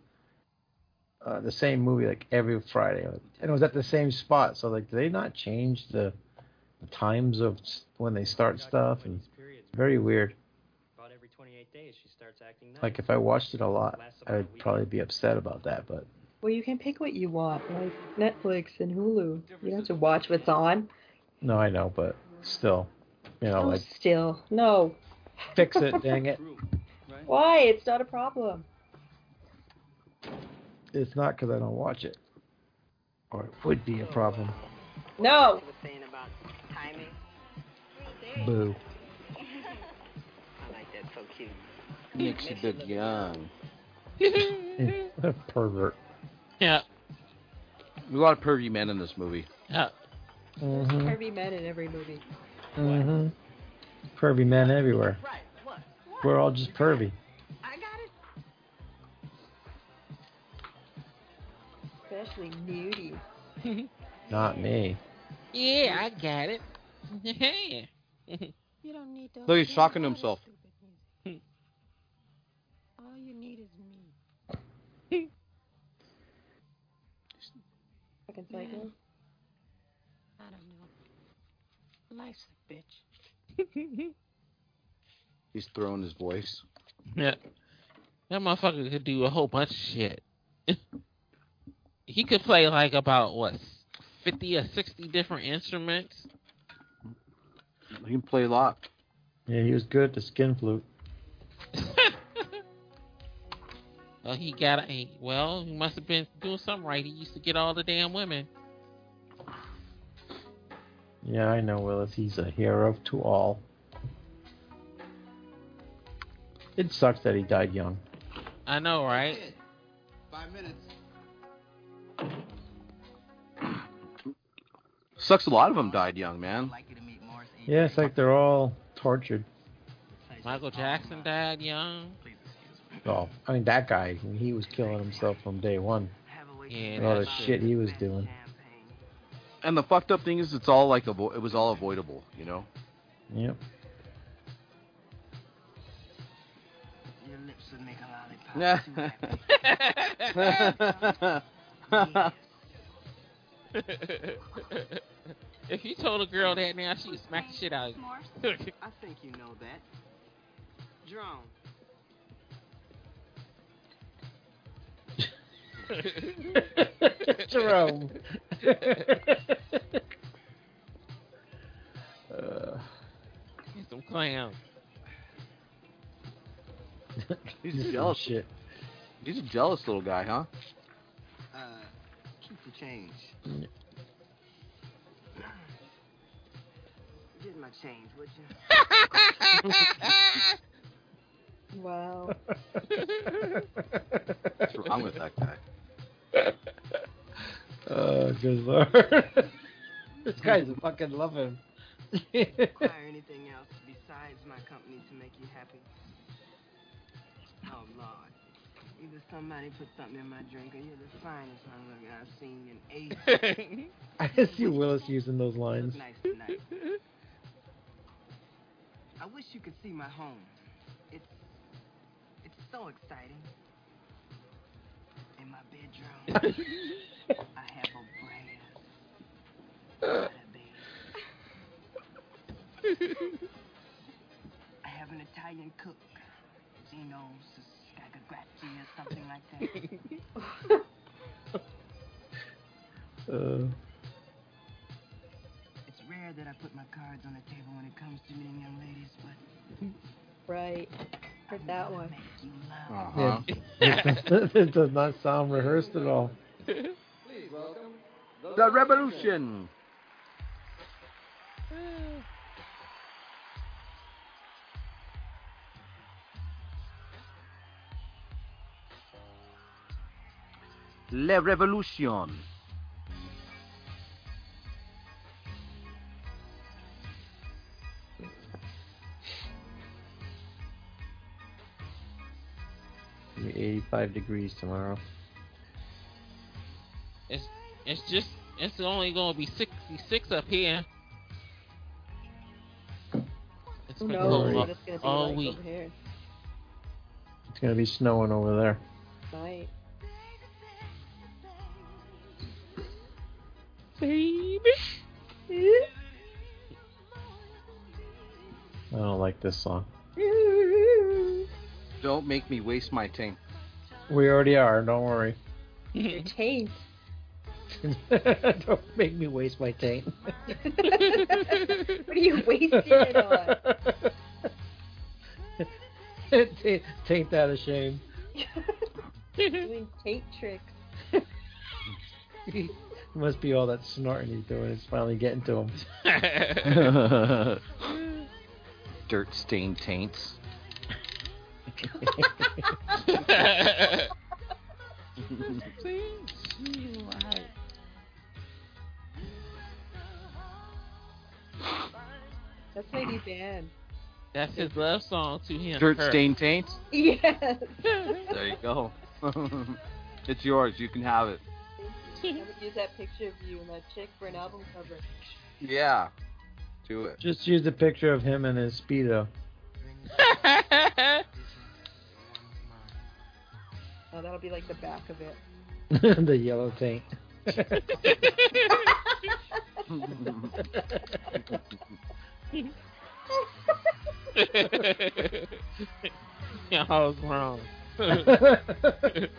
J: uh, the same movie like every Friday, and it was at the same spot. So like, do they not change the, the times of s- when they start stuff? And very weird.
O: About every 28 days, she starts acting nice.
J: Like if I watched it a lot, I'd probably be upset about that. But
L: Well, you can pick what you want, like Netflix and Hulu. You don't have to watch what's on.
J: no, I know, but still, you know,
L: Oh,
J: like
L: still, no.
J: fix it, dang it.
L: Why? It's not a problem.
J: It's not because I don't watch it, or it would be a problem.
L: No.
P: She was saying about timing.
J: Boo.
P: I like that. So cute.
I: Makes you look young.
J: Pervert.
K: Yeah.
I: A lot of pervy men in this movie.
K: Yeah.
J: hmm
L: Pervy men in every movie.
J: hmm mm-hmm. Pervy men everywhere.
P: Right. What? What?
J: We're all just pervy.
H: I got it.
L: Especially nudie.
J: Not me.
K: Yeah, I got it. Yeah.
M: You don't need those
I: Look, he's
M: damn
I: talking to
M: other
I: himself.
M: stupid music. All you need is me.
L: Fucking psycho.
M: I don't know. Life's a bitch.
I: He's throwing his voice.
K: Yeah. That motherfucker could do a whole bunch of shit. he could play like about what fifty or sixty different instruments.
I: He can play a lot.
J: Yeah, he was good at the skin flute.
K: Well, Oh, he got a well. He must have been doing something right. He used to get all the damn women.
J: Yeah, I know Willis. He's a hero to all. It sucks that he died young.
K: I know, right?
Q: Five minutes.
I: Sucks a lot of them died young, man.
J: Yeah, it's like they're all tortured.
K: Michael Jackson died young.
J: Oh, I mean that guy, he was killing himself from day one.
K: Yeah,
J: And all the
K: that's
J: shit he was doing.
I: And the fucked up thing is, it's all like avo- it was all avoidable, you know.
J: Yep.
N: Your lips would make a lollipop.
I: Yeah.
K: if you told a girl that now, she'd smack the shit out of you.
N: I think you know that. Drone.
J: Jerome. uh,
K: You some clown.
I: He's
J: this is
I: jealous.
J: Shit.
I: He's a jealous little guy, huh?
N: Uh, keep the change. Get my change, would you?
L: Wow.
I: What's wrong with that guy?
J: Oh, good lord. this guy's fucking love him.
N: Require anything else besides my company to make you happy? Oh Lord. Either somebody put something in my drink, or you're the finest motherfucker I've seen in ages.
J: I just see Willis using those lines.
N: Look nice tonight. I wish you could see my home. It's it's so exciting. In my bedroom, I have a brand. I have an Italian cook. Zeno Scagagratti or something like that.
J: Uh,
N: it's rare that I put my cards on the table when it comes to meeting young ladies, but
L: Right. Heard that one.
I: Uh-huh.
J: yeah, this, this does not sound rehearsed at all.
N: Please welcome
I: The revolution. La revolution.
J: It'll be 85 degrees tomorrow.
K: It's it's just it's only gonna be sixty six up here. It's
L: Who
K: been
L: knows
K: cold
L: what it's gonna be
K: all
L: like
K: week.
L: over here?
J: It's gonna be snowing over there.
L: Right.
K: Baby.
J: I don't like this song.
I: Don't make me waste my time.
J: We already are. Don't worry.
L: Your taint.
J: don't make me waste my taint.
L: what are you wasting it on?
J: taint, taint that a shame.
L: Doing taint tricks.
J: Must be all that snorting he's doing. It's finally getting to him.
I: Dirt stained taints.
L: That's maybe banned.
K: That's his love song to him.
I: Dirt
K: her.
I: stain taint.
L: Yes.
I: There you go. it's yours. You can have it.
L: I would use that picture of you and that chick for an album cover.
I: Yeah. Do it.
J: Just use a picture of him and his speedo.
L: Oh, that'll be like the back of it.
J: the yellow paint.
K: yeah, I was wrong.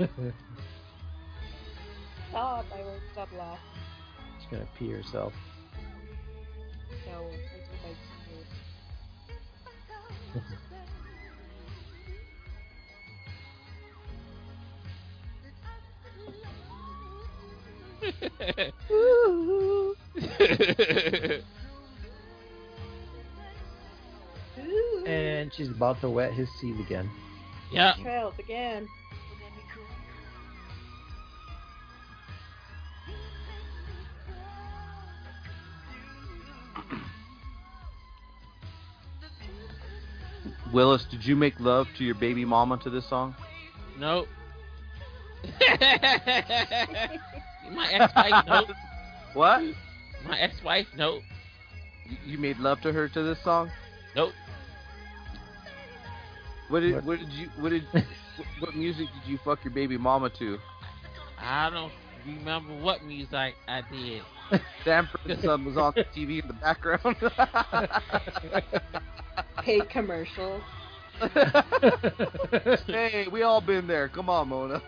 M: Oh
L: Stop! I won't stop laughing.
J: She's gonna pee herself.
L: No, it's what I do.
J: And she's about to wet his seed again.
K: yeah.
L: Trails again.
I: Willis, did you make love to your baby mama to this song?
K: Nope. My ex-wife. Nope.
I: What?
K: My ex-wife. Nope.
I: You, you made love to her to this song?
K: Nope.
I: What did
J: What?
I: what, did you what did what music did you fuck your baby mama to?
K: I don't remember what music I did.
I: Sanford Son was on the TV in the background.
L: Paid commercials.
I: hey, we all been there. Come on, Mona.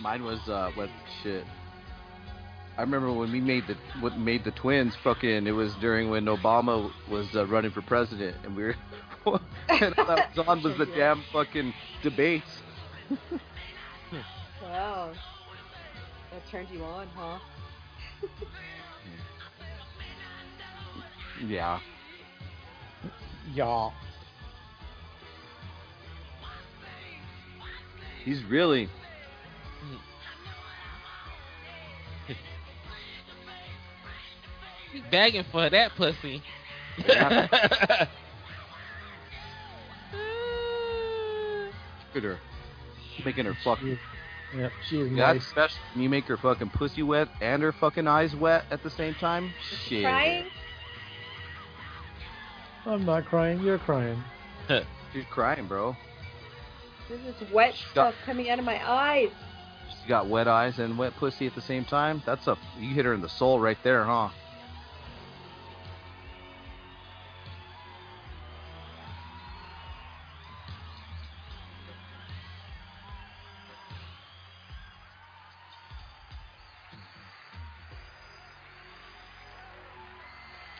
I: Mine was uh what shit. I remember when we made the what made the twins fucking. It was during when Obama was uh, running for president, and we were. and all that was on was the damn fucking debates.
L: Wow. That turned you on, huh?
I: Yeah.
J: Y'all.
I: He's really.
K: He's begging for that pussy.
I: Yeah. Look at her. Making her fuck.
J: Yep, she is
I: That's
J: nice.
I: special. You make her fucking pussy wet and her fucking eyes wet at the same time. Shit.
L: Crying?
J: I'm not crying, you're crying.
I: She's crying, bro.
L: There's this wet
I: Stop.
L: stuff coming out of my eyes.
I: She got wet eyes and wet pussy at the same time. That's a you hit her in the soul right there, huh?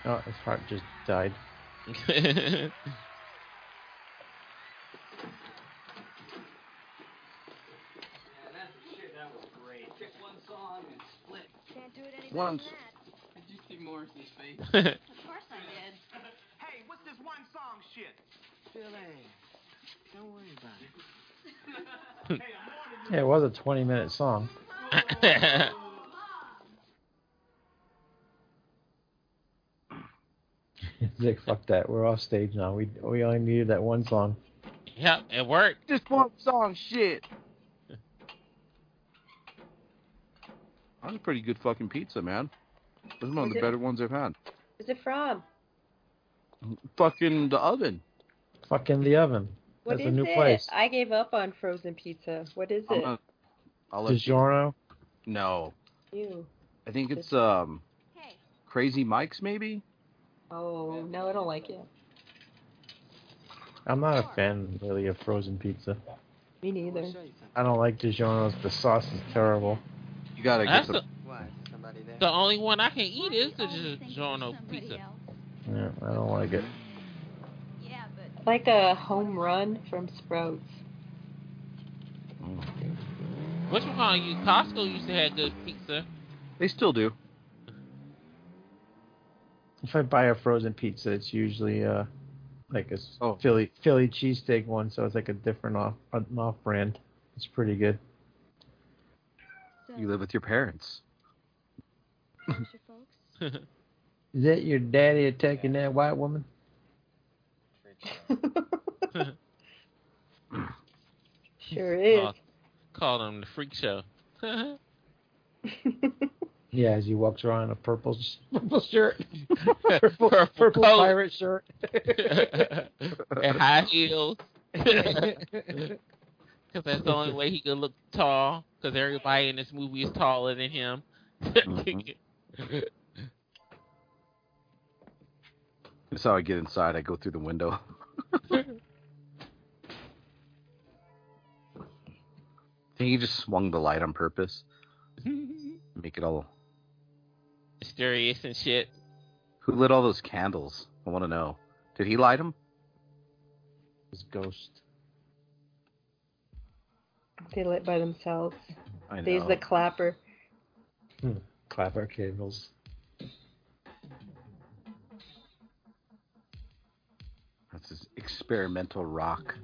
J: Oh, his heart just died.
M: Can't do it any
I: Once.
M: better than
D: Did you see Morris's face?
M: that. Of course I did.
N: Hey, what's this one song shit? Billy, don't worry about it.
J: Yeah, it was a 20 minute song. Like fuck that. We're off stage now. We we only needed that one song.
K: yep, it worked.
I: Just one song, shit. That was a pretty good fucking pizza, man. This is one of
L: Was
I: the
L: it?
I: better ones I've had.
L: Where's it from?
I: Fucking the oven.
J: Fucking the oven.
L: What
J: That's
L: is
J: a new
L: it?
J: place.
L: I gave up on frozen pizza. What is
I: I'm
L: it?
I: a, I'll let you,
J: DiGiorno.
I: no,
L: You.
I: I think it's um, Crazy Mike's maybe.
L: Oh no, I don't like it.
J: I'm not a fan really of frozen pizza.
L: Me neither.
J: I don't like DiGiorno's. The sauce is terrible.
I: You gotta get
K: That's
I: some.
K: the,
N: Why? Somebody there?
K: the only one I can eat is the
M: Always thinking of
K: DiGiorno
M: somebody
K: pizza.
M: else.
J: Yeah, I don't like it.
M: Yeah, but
L: Like a home run from Sprouts.
K: Which one call you? Costco used to have good pizza.
I: They still do.
J: If I buy a frozen pizza, it's usually uh like a s-
I: Oh.
J: Philly Philly cheesesteak one, so it's like a different off an off brand. It's It's pretty good.
I: You live with your parents.
J: Is that your daddy attacking that white woman?
L: Sure is.
K: Call, call them the freak show.
J: Yeah, as he walks around in a purple purple shirt, purple, purple
K: coat.
J: pirate shirt,
K: and high heels. Because that's the only way he could look tall. Because everybody in this movie is taller than him.
I: That's how I get inside. I go through the window. Think he just swung the light on purpose. Make it all.
K: Mysterious and shit.
I: Who lit all those candles? I want to know. Did he light them?
J: His ghost.
L: They lit by themselves.
I: I know.
L: They use the clapper.
J: clap our candles.
I: That's his experimental rock.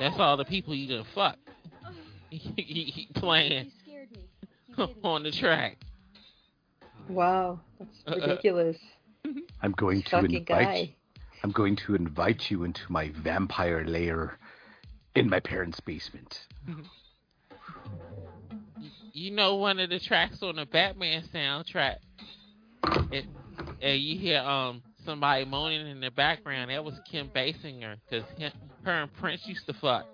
K: That's all the people you done fuck. he, he- he playing
M: scared me.
K: on the track.
L: Wow,
I: Uh,
L: that's ridiculous.
I: I'm going to
L: Sucky
I: invite.
L: guy.
I: I'm going to invite you into my vampire lair in my parents' basement.
K: You know one of the tracks on the Batman soundtrack. It, and you hear um somebody moaning in the background. That was Kim Basinger, cause him, her and Prince used to fuck.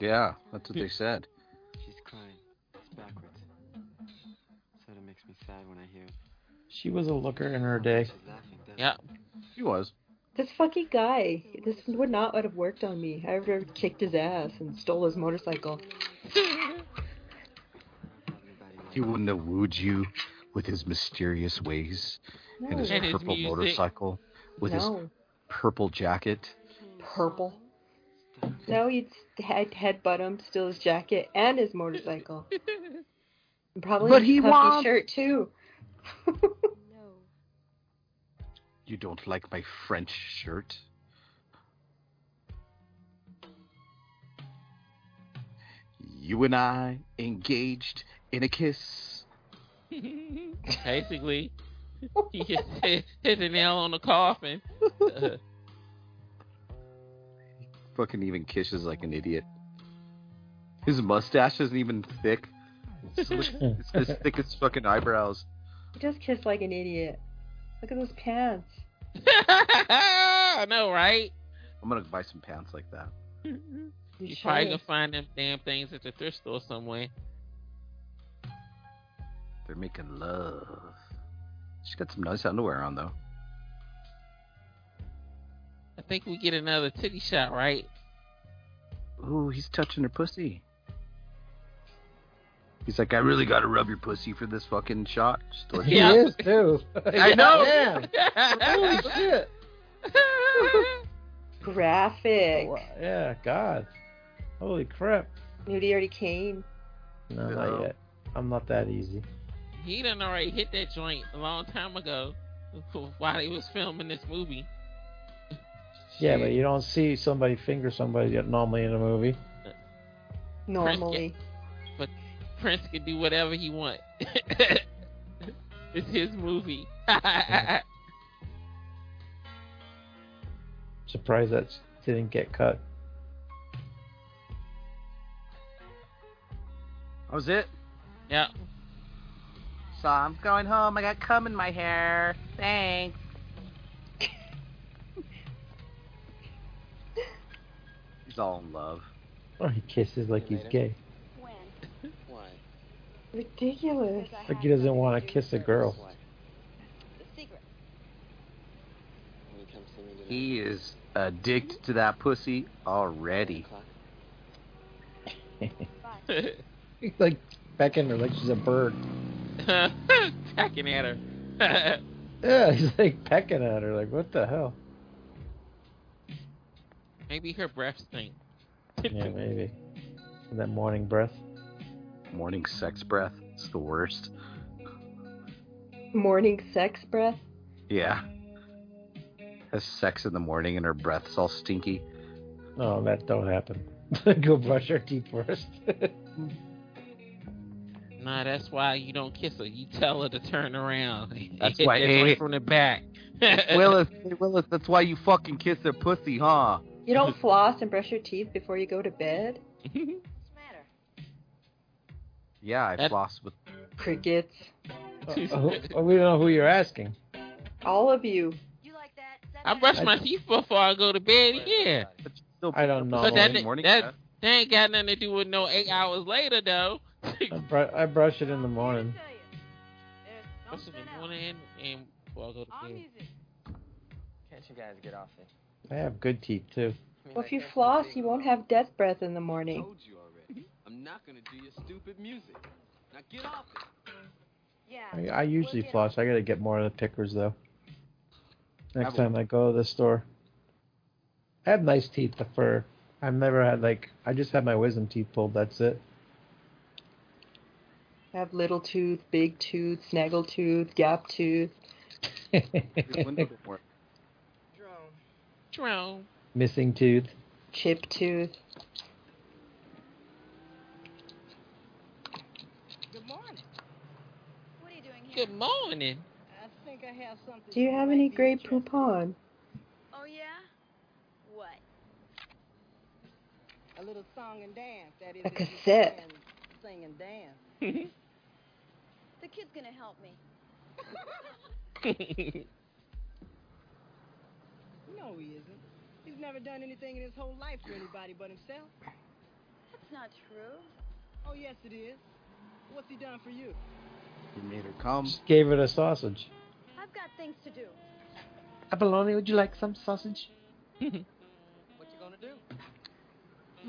I: Yeah, that's what they said.
Q: She's crying. It's backwards. Sort of makes me sad when I hear it.
J: She was a looker in her day.
Q: She's laughing, doesn't
K: Yeah.
I: She was.
L: This fucking guy. This would not would have worked on me. I would have kicked his ass and stole his motorcycle.
I: He wouldn't have wooed you with his mysterious ways and his
L: No. And his
I: purple
K: music.
I: motorcycle, with his
L: no,
I: purple jacket.
L: purple. No, you'd head headbutt him, steal his jacket and his motorcycle. And Probably
I: But
L: his
I: he
L: puffy
I: won.
L: shirt too.
I: You don't like my French shirt? You and I engaged in a kiss.
K: Basically, he just hit, hit the nail on the coffin. Uh,
I: Fucking even kisses like an idiot. His mustache isn't even thick. It's, li- it's as thick as fucking eyebrows.
L: He does kiss like an idiot. Look at those pants.
K: I know, right?
I: I'm gonna buy some pants like that.
L: You
K: You
L: should.
K: probably gonna find them damn things at the thrift store somewhere.
I: They're making love. She's got some nice underwear on though.
K: I think we get another titty shot, right?
I: Ooh, he's touching her pussy. He's like, I really gotta rub your pussy for this fucking shot. Just like-
J: He is too.
I: I know.
J: Damn. Holy shit.
L: Graphic.
J: Wow, Oh, Yeah, God. Holy crap.
L: Nudie already came.
J: No, Mm. not yet. I'm not that easy.
K: he done already hit that joint a long time ago while he was filming this movie.
J: Yeah, but you don't see somebody finger somebody yet normally in a movie.
L: Normally.
K: But Prince can do whatever he want. it's his movie.
J: Surprised that didn't get cut.
I: That was it.
K: yeah.
I: So I'm going home. I got cum in my hair. Thanks. He's all in love.
J: Or he kisses like he's gay.
Q: Why?
L: Ridiculous.
J: Like he doesn't want to kiss a girl.
Q: When you come see me tonight,
I: He is addicted to that pussy already.
J: He's like back in her like she's a bird.
K: Packing at her.
J: Yeah, he's like pecking at her. Like what the hell?
K: Maybe her breath stink.
J: Yeah, maybe. That morning breath.
I: Morning sex breath. It's the worst.
L: Morning sex breath.
I: Yeah. Has sex in the morning and her breath's all stinky.
J: No, that don't happen. Go brush your teeth first.
K: Nah, that's why you don't kiss her. You tell her to turn around.
I: That's why-
K: It's right from the back.
J: Uh,
I: Willis, hey, Willis, that's why you fucking kiss her pussy, huh?
L: You don't floss and brush your teeth before you go to bed?
I: Yeah, I floss with.
L: Crickets.
J: Uh, we don't know who you're asking.
L: All of you.
K: I brush my teeth before I go to bed. Yeah.
J: I don't know.
K: But that, that, that ain't got nothing to do with no eight hours later though.
J: I, br- I brush it in the morning.
K: Brush in the morning and before I go to bed.
R: Can't you guys get off it?
J: I have good teeth too.
L: Well, if you floss, you won't have death breath in the morning.
Q: Told you already. I'm not gonna do your stupid music. Now get off it.
J: I, I usually floss. I gotta get more of the pickers though. Next
Q: I
J: time I go to the store. I have nice teeth for. I've never had like. I just had my wisdom teeth pulled. That's it.
L: Have little tooth, big tooth, snaggle tooth, gap tooth.
K: Jerome.
J: Missing tooth.
L: Chip tooth.
M: Good morning. What are you doing here?
K: Good morning.
M: I think I have something.
L: Do you have any gray poop on?
M: Oh yeah. What?
N: A little song and dance. That is,
L: A
N: if you
L: cassette.
N: can Sing and dance.
M: The kid's gonna help me.
N: No, he isn't. He's never done anything in his whole life for anybody but himself.
M: That's not true.
N: Oh, yes, it is. What's he done for you?
I: You made her come.
J: Gave it a sausage.
M: I've got things to do.
J: Abalone, would you like some sausage?
N: What you gonna do?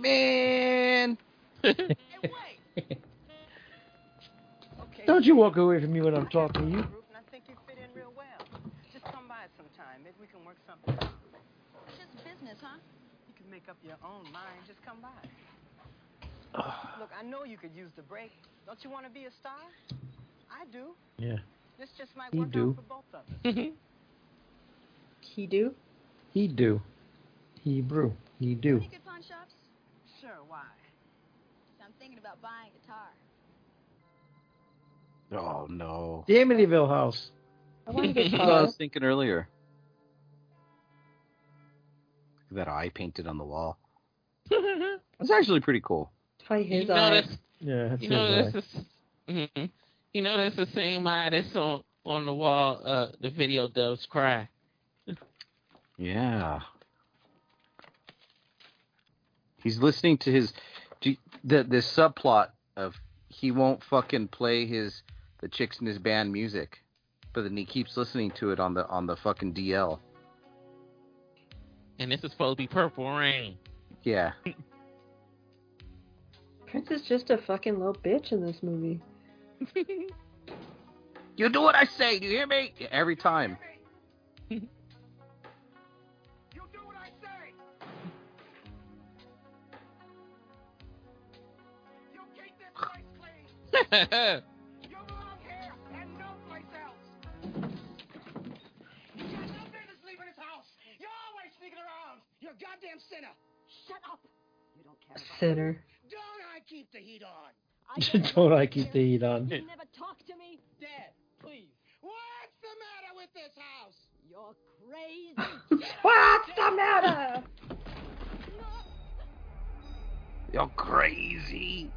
I: Man.
N: Okay.
J: Don't you walk away from me when I'm talking to you.
N: Group, and I think you fit in real well. Just come by sometime. Maybe we can work something. out.
M: It's just business, huh?
N: You can make up your own mind. Just come by. Look, I know you could use the break. Don't you want to be a star? I do.
J: Yeah.
N: This just might
J: You
N: work
J: do.
N: out for both of us.
L: He do?
J: He do. He brew. He do.
M: Any good pawn shops?
N: Sure. Why?
M: I'm thinking about buying a guitar.
I: Oh no.
J: The Amityville house.
L: I
I: That's
L: want to get
I: what I
L: caught.
I: was thinking earlier. Look at that eye painted on the wall. That's actually pretty cool.
L: Tie his
K: you know
L: eye.
K: that's
J: Yeah, that's
K: you know
J: his
K: that's the s- mhm. you know that's the same eye that's on on the wall. Uh, the video doves cry.
I: Yeah. He's listening to his do you- the the subplot of he won't fucking play his the chicks in his band music, but then he keeps listening to it on the on the fucking DL.
K: And this is supposed to be Purple Rain.
I: Yeah.
L: Prince is just a fucking little bitch in this movie.
I: You do what I say. Do you hear me? Every time.
N: You're a goddamn sinner. Shut up. You don't care.
L: A sinner.
N: Don't I keep the heat on?
J: Don't I keep the heat on?
N: Never talk to me, Dad. Please. What's the matter with this house? You're crazy.
L: What's the matter?
I: You're crazy.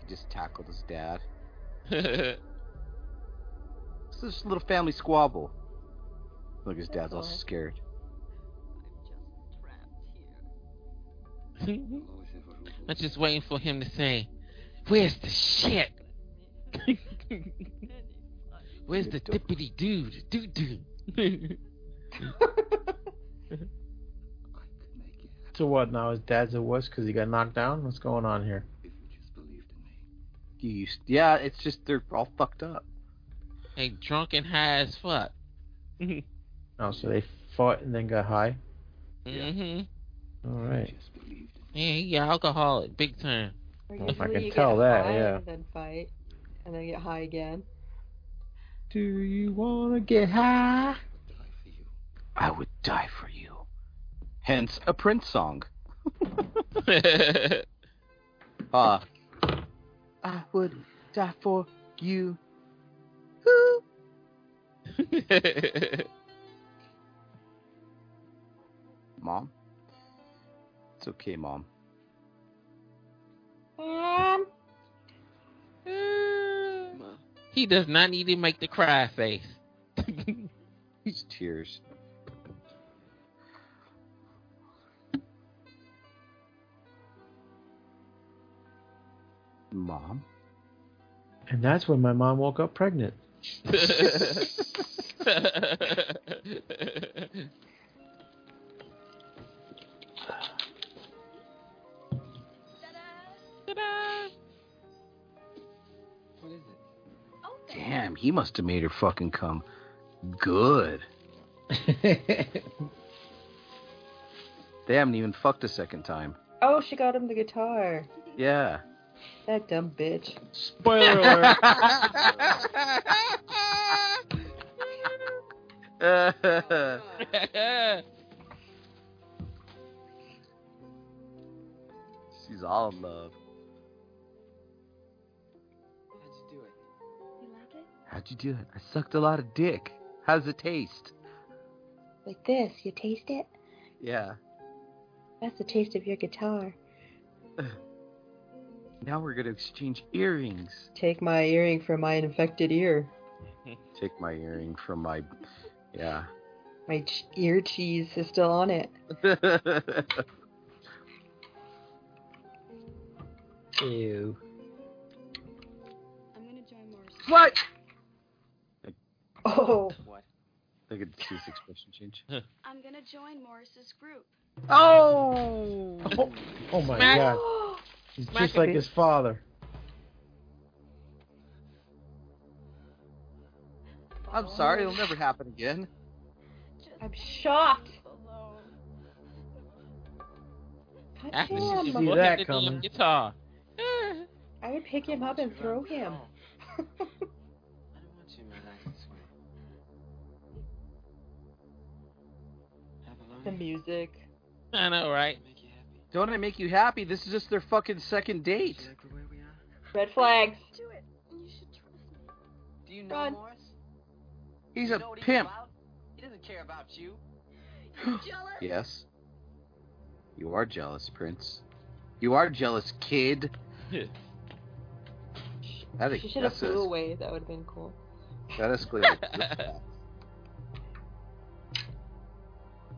I: He just tackled his dad. It's this little family squabble. Look, his dad's all scared.
K: I'm just waiting for him to say, "Where's the shit? Where's the dippity doo doo doo?"
J: So what now? His dad's a wuss because he got knocked down? What's going on here?
I: You used, yeah, it's just they're all fucked up.
K: Hey, drunk and high as fuck.
J: Oh, so they fought and then got high?
K: Mm-hmm.
J: All right.
K: Yeah, he alcoholic, big time.
L: Or
J: Well, if I
L: usually
J: can
L: you get
J: tell that,
L: high
J: yeah.
L: And then fight, and then get high again.
J: Do you want to get high?
I: I would die for you. Hence a Prince song. Ah, I would die for you. Mom? It's okay, Mom.
K: Mom. He does not need to make the cry face.
I: These tears. Mom?
J: And that's when my mom woke up pregnant.
N: What is it?
I: Damn, he must have made her fucking come good. they haven't even fucked a second time.
L: Oh, she got him the guitar.
I: Yeah.
L: That dumb bitch.
J: Spoiler alert.
I: She's all in love.
N: How'd you do it?
M: You like it?
I: How'd you do it? I sucked a lot of dick. How's it taste?
L: With this, you taste it?
I: Yeah.
L: That's the taste of your guitar.
I: Now we're gonna exchange earrings.
L: Take my earring from my infected ear.
I: Take my earring from my. Yeah.
L: My ch- ear cheese is still on it.
I: Ew.
M: I'm gonna join Morris.
I: What?
L: Oh.
Q: What?
I: Look at his expression change.
M: I'm gonna join Morris's group.
I: Oh!
J: Oh my
K: Smack.
J: god. He's
K: Smack
J: just
K: it,
J: like
K: bitch.
J: his father.
I: I'm sorry, it'll never happen again.
M: Just
L: I'm shocked.
M: alone.
L: God
K: After she
J: see
L: damn.
K: broke
J: that
K: the
J: coming.
K: damn guitar.
L: I would pick him up and throw him.
Q: I don't want you in my life this way.
L: the
Q: Abalone,
L: music.
K: I know, right?
Q: make you happy.
I: Don't I make you happy? This is just their fucking second
Q: Do
I: date.
Q: you like the way we are?
L: Red flags.
M: Do it. You should trust me.
R: Do you know
L: Run.
R: Morris?
I: He's
R: you
I: a
R: know what he's
I: pimp.
R: about? He doesn't care about you.
M: You jealous?
I: Yes. You are jealous, Prince. You are jealous, kid. I think
L: She should have
I: that's
L: flew
I: a,
L: away. That would have been cool.
I: that escalated.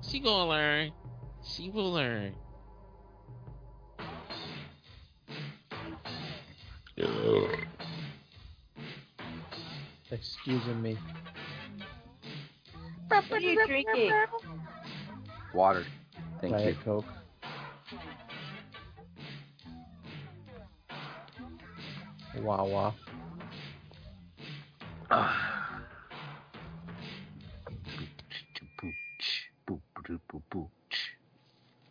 K: She gonna learn. She will learn.
J: Excusing me.
L: What are you drinking?
I: Water. Thank
J: Diet
I: you.
J: Coke. Wow, wow.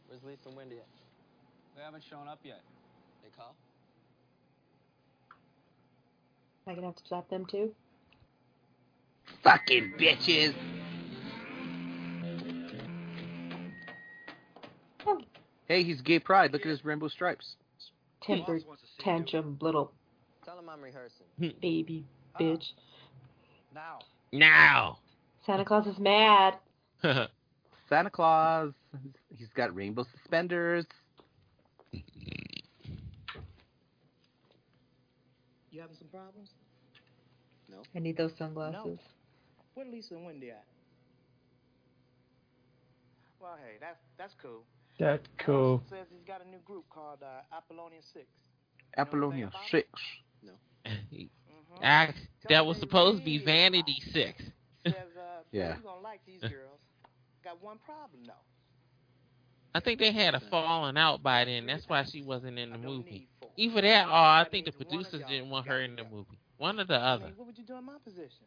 R: Where's Lisa and Wendy at? They haven't shown up yet. They call?
L: Am I gonna have to slap them too?
I: Fucking bitches. Hey, he's gay pride. Look at his rainbow stripes.
L: Temper tantrum, little
R: Tell him I'm rehearsing. Uh-uh.
L: baby bitch.
R: Now.
K: Now.
L: Santa Claus is mad.
I: Santa Claus. He's got rainbow suspenders.
N: You having some problems?
L: I need those sunglasses.
N: Where Lisa and Wendy at? Well, hey, that's that's cool.
J: That's cool.
N: Morris says he's got a new group called uh, Apollonia Six.
I: Apollonia six.
N: Mm-hmm.
K: Act that was supposed to be Vanity Six.
N: says, uh,
I: Yeah.
N: You're gonna like these girls. Got one problem though.
K: I think they had a falling out by then. That's why she wasn't in
N: I
K: the
N: don't
K: movie.
N: need four.
K: Either that or I think the
N: means one of
K: producers
N: y'all
K: didn't want
N: gotta
K: her in the
N: go.
K: movie. One or the
N: I
K: other.
N: mean, what would you do in my position?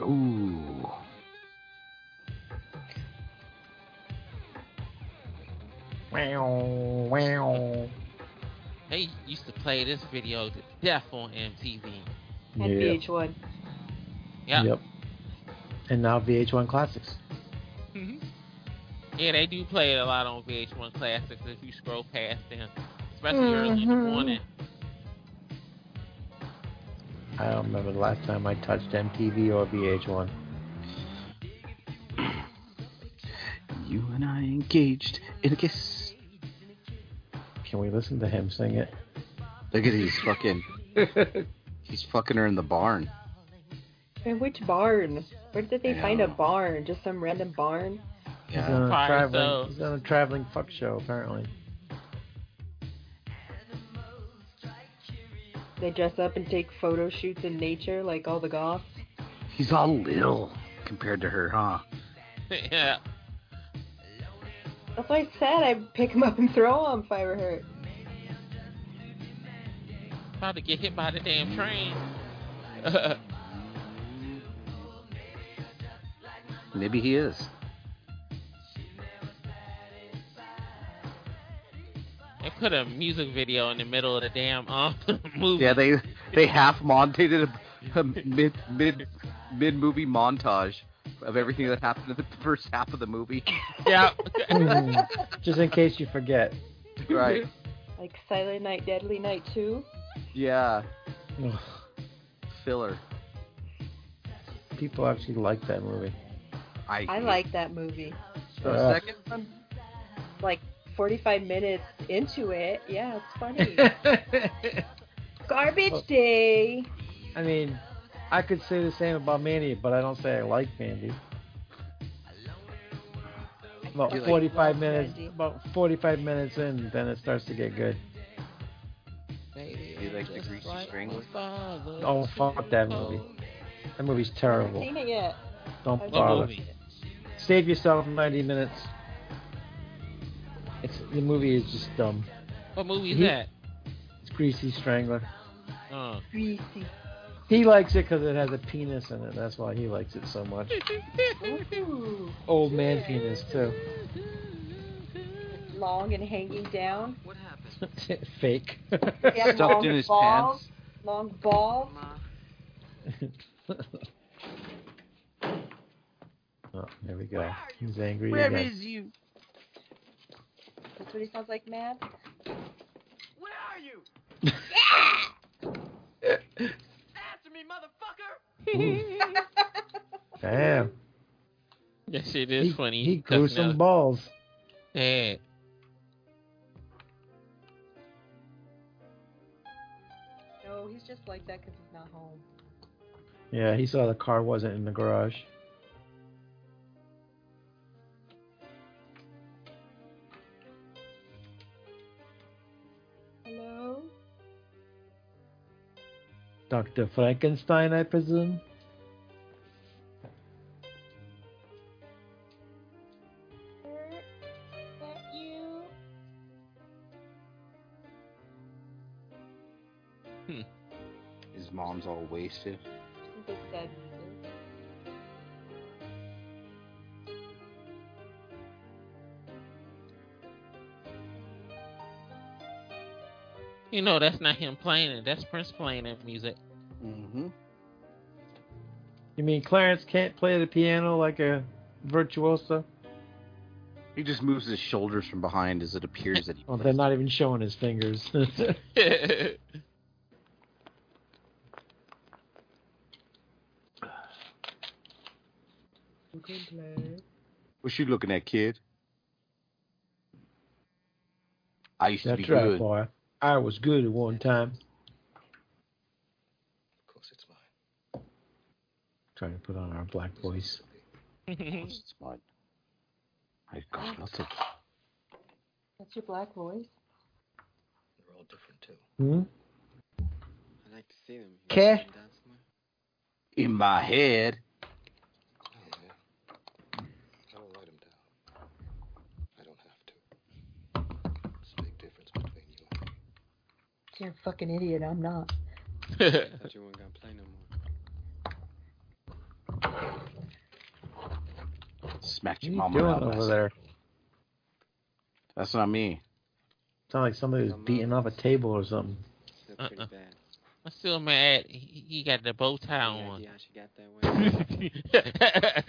I: Ooh.
J: Wow, wow.
K: They used to play this video to death on MTV.
L: And VH1.
K: Yeah.
J: Yep. And now VH1 Classics.
K: Mhm. Yeah, they do play it a lot on VH1 Classics if you scroll past them, especially early in the
J: Mhm.
K: morning.
J: I don't remember the last time I touched MTV or VH1.
S: You and I engaged in a kiss.
J: Can we listen to him sing it?
I: Look at he's fucking. he's fucking her in the barn.
L: And which barn? Where did they
I: I
L: find a
I: don't
L: barn? Just some random barn?
J: He's
I: Yeah.
J: on a
K: Fire
J: traveling,
K: zone.
J: he's on a traveling fuck show apparently.
L: They dress up and take photo shoots in nature like all the goths.
I: He's all little compared to her, huh?
K: yeah.
L: That's why I said I'd pick him up and throw him if I were her.
K: About to get hit by the damn train.
I: Maybe he is.
K: they put a music video in the middle of the damn um, movie.
I: Yeah, they they half montated a, a mid mid mid movie montage of everything that happened in the first half of the movie.
K: Yeah.
J: Just in case you forget.
I: Right.
L: Like Silent Night, Deadly Night 2.
I: Yeah.
J: Ugh,
I: Filler.
J: people actually like that movie.
I: I,
L: I like that movie.
I: The
J: Uh,
I: second one?
L: Like 45 minutes into it. Yeah, it's funny. Garbage Day.
J: I mean, I could say the same about Mandy, but I don't say I like Mandy. About
L: Do you like-
J: 45 minutes, about 45 minutes in, then it starts to get good.
I: You like the Greasy Strangler?
J: Oh fuck that movie. That movie's terrible.
L: Seen it yet?
J: Don't
L: What
J: bother.
K: movie?
J: Save yourself 90 minutes. It's the movie is just dumb.
K: What movie is
J: He-
K: that?
J: It's Greasy Strangler.
K: Oh.
L: Greasy.
J: He likes it because it has a penis in it. That's why he likes it so much.
L: Ooh,
J: Old man penis too.
L: long and hanging down.
Q: What happened?
J: Fake.
L: They have long balls, Long balls.
J: oh, there we go. He's angry
L: Where
J: again.
L: is
Q: you?
L: That's what he sounds like, mad.
Q: Where are you? Answer me, motherfucker!
J: Damn.
K: That shit is
J: He-
K: funny.
J: He grew
K: Definitely.
J: some balls.
K: Yeah.
L: No, he's just like that because he's not home.
J: Yeah, he saw the car wasn't in the garage.
L: Hello?
J: Dr. Frankenstein, I presume?
I: His mom's all wasted.
L: I think they said.
K: You know that's not him playing it. That's Prince playing that music.
I: Mm-hmm.
J: You mean Clarence can't play the piano like a virtuoso?
I: He just moves his shoulders from behind as it appears that he.
J: Well, they're not even showing his fingers.
K: Uh-uh.
L: You can play.
I: What's you looking at, kid? I used to be
J: That's right,
I: good.
J: boy. I was good at one time.
R: Of course it's mine.
J: Trying to put on our black voice.
I: It's mine. My God, that's a
L: That's your black voice?
R: They're all different too.
J: Hmm?
Q: I'd like to see them.
J: Okay.
I: in my head.
R: Oh, I don't write them down. I don't have to. It's a big difference between you and me.
L: You're a fucking idiot. I'm not.
Q: I thought you weren't gonna play no more.
I: Smack your
J: What are
I: mama
J: you doing
I: around
J: over
I: last-
J: there?
I: That's not me.
J: Sound like somebody was beating off a table or something.
K: Uh,
Q: They're pretty bad.
K: I'm still mad he he got the bow tie on.
Q: Yeah, she got that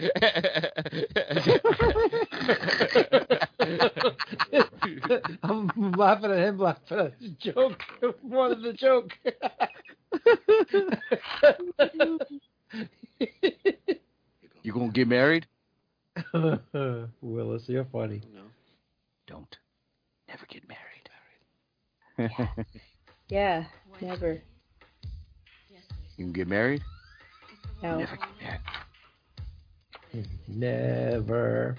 J: I'm laughing at him, laughing at the joke more than the joke.
I: You gonna get married?
J: Willis, you're funny.
Q: No.
I: Don't. Never get married.
L: Yeah, never.
I: you can get married?
L: No.
I: Never get married.
J: Never.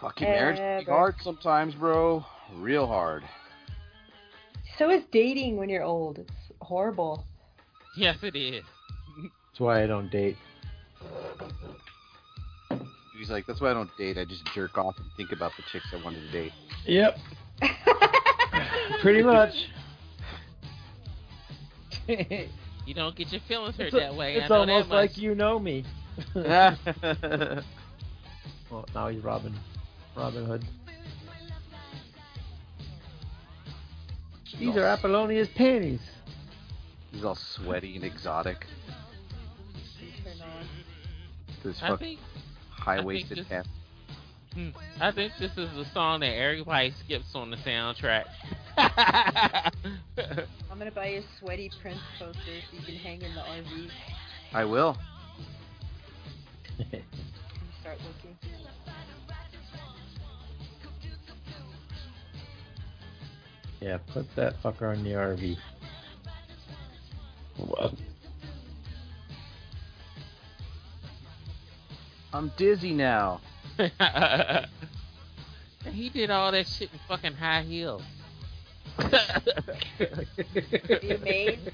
I: Fucking marriage can be
L: Ever.
I: hard sometimes, bro. Real hard.
L: So is dating when you're old. It's horrible.
K: Yes, it is.
J: That's why I don't date.
I: He's like, that's why I don't date. I just jerk off and think about the chicks I wanted to date.
J: Yep. Pretty much.
K: You don't get your feelings hurt
J: It's,
K: that way.
J: it's
K: I know
J: almost
K: that much.
J: like you know me.
I: Ah, well,
J: now he's Robin. Robin Hood. These are Apollonia's panties.
I: He's all sweaty and exotic. This
K: I
I: fucking
K: think
I: high waisted
K: this-
I: pants.
K: hmm, I think this is the song that everybody skips on the soundtrack.
L: I'm gonna buy you sweaty Prince poster so you can hang in the RV and
I: I will.
L: start looking.
J: Yeah, put that fucker in the RV. Whoa.
I: I'm dizzy now.
K: he did all that shit in fucking high heels.
L: Be amazed.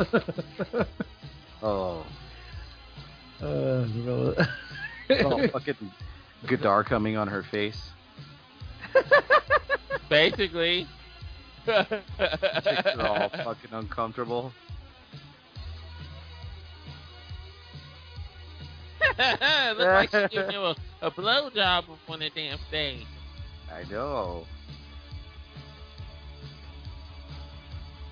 I: Oh.
J: Uh, bro.
I: Oh, fucking Godar coming on her face.
K: Basically.
I: Chicks are all fucking uncomfortable.
K: Look like she giving him a, a blowjob up on the damn stage.
I: I know.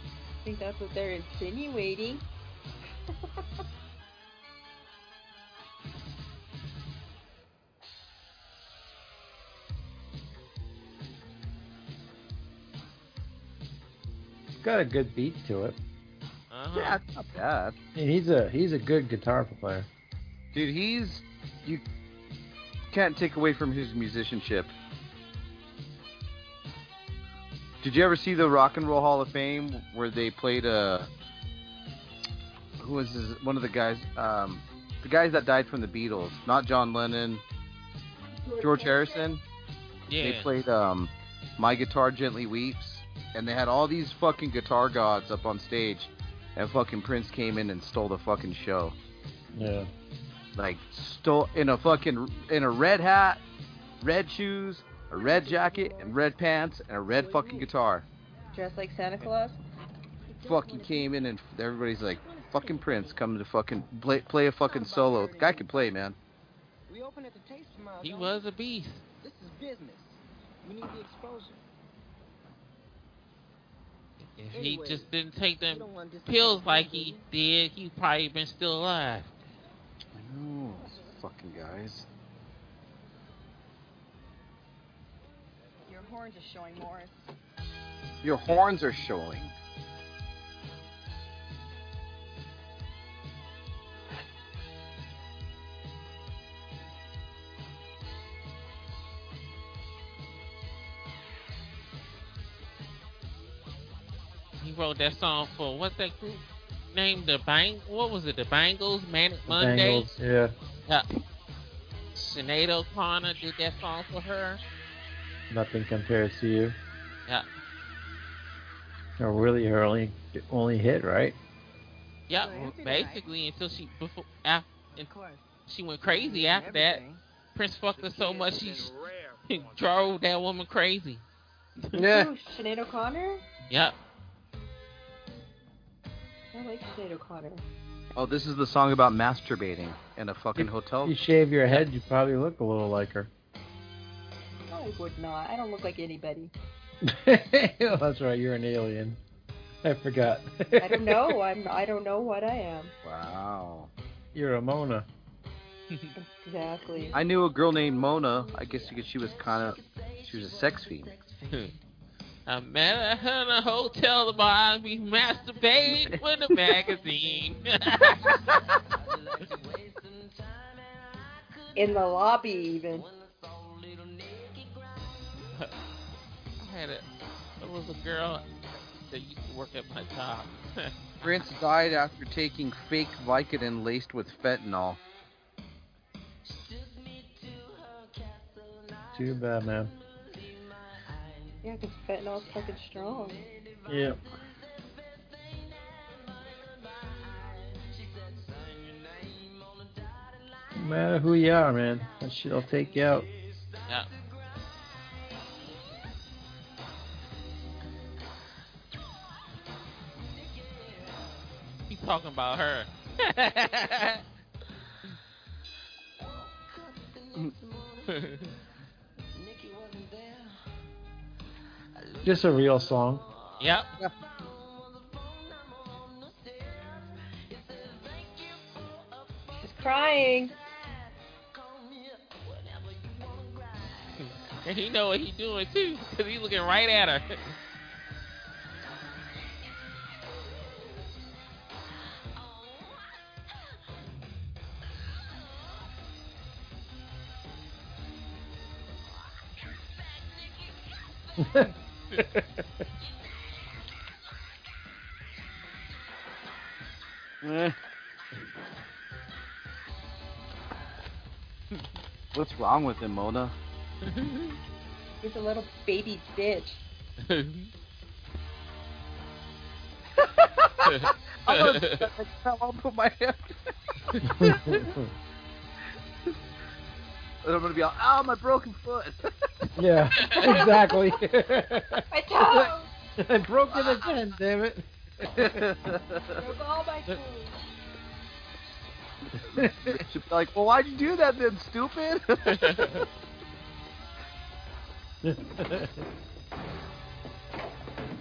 L: I think that's what they're insinuating.
J: Got a good beat to it.
K: Uh-huh.
I: Yeah, it's not bad.
J: And he's a he's a good guitar player.
I: Dude, he's you can't take away from his musicianship. Did you ever see the Rock and Roll Hall of Fame where they played a who was his, one of the guys um, the guys that died from the Beatles, not John Lennon, George Harrison. They
K: Yeah.
I: played um, My Guitar Gently Weeps and they had all these fucking guitar gods up on stage and fucking Prince came in and stole the fucking show
J: Yeah.
I: like stole in a fucking in a red hat, red shoes, a red jacket, and red pants, and a red fucking guitar.
L: Dressed like Santa Claus?
I: Fucking came in and everybody's like, fucking Prince, come to fucking play, play a fucking solo. The guy can play, man.
D: We open at the taste tomorrow.
K: He
D: don't
K: was a beast.
D: we? This is business. We need the exposure.
K: If he
D: Anyway,
K: just didn't take
D: you
K: them
D: don't want this to
K: pills
D: happen,
K: like
D: do
K: he
D: you?
K: did, he probably been still alive.
I: Oh, fucking guys.
M: Your horns are showing, Morris.
I: Your horns are showing.
K: He wrote that song for what's that group name? The Bang what was it? The Bangles, Manic Monday.
J: Bangles, Yeah.
K: Sinead O'Connor did that song for her.
J: Nothing compares to you.
K: Yeah.
J: Or really her only only hit, right?
K: Yeah,
D: Well,
K: well,
D: that's alright.
K: basically until she before after
D: Of course.
K: she went crazy after that.
D: Everything.
K: Prince fucked her so much she
D: It's rare.
K: drove that woman crazy.
I: Yeah.
L: Ooh, Oh, Sinead O'Connor?
K: Yep.
L: I like Sinead O'Connor.
I: Oh, this is the song about masturbating in a fucking hotel.
J: You shave your head, you probably look a little like her.
L: No, I would not. I don't look like anybody.
J: That's right, you're an alien. I forgot.
L: I don't know. I'm. I don't know what I am.
I: Wow.
J: You're a Mona.
L: Exactly.
I: I knew a girl named Mona. I guess because she was kind of, she was a sex fiend.
K: I met at her in a hotel bar. We masturbated with a magazine.
L: In the lobby, even.
K: I had a, there was a girl that used to work at my job.
I: Prince died after taking fake Vicodin laced with fentanyl.
J: Too bad, man.
L: Yeah, 'cause fentanyl's fucking strong.
J: Yeah. No matter who you are, man, that shit'll take you out.
K: yeah. He talking about her.
J: Just a real song.
K: yep.
L: She's crying.
K: And he know what he doing too, 'cause he looking right at her.
I: Eh. What's wrong with him, Mona?
L: He's a little baby bitch.
I: I'm gonna I'll put my hand. And I'm gonna be all, ow, my broken foot.
J: yeah, exactly.
L: My toe!
J: I broke it again, damn it.
L: Broke all my tools.
I: She'd be like, well, why'd you do that then, stupid?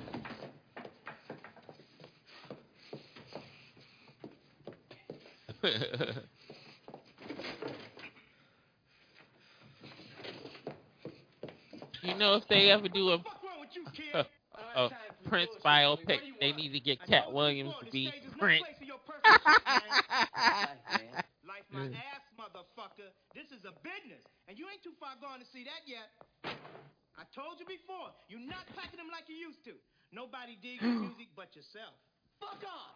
K: you know, if they ever do a, a,
N: Uh,
K: a Uh, Prince biopic, they need to get Cat Williams to be Prince.
N: Life my ass, motherfucker. This is a business, and you ain't too far gone to see that yet. I told you before, you're not packing them like you used to. Nobody digs your music but yourself. Fuck off!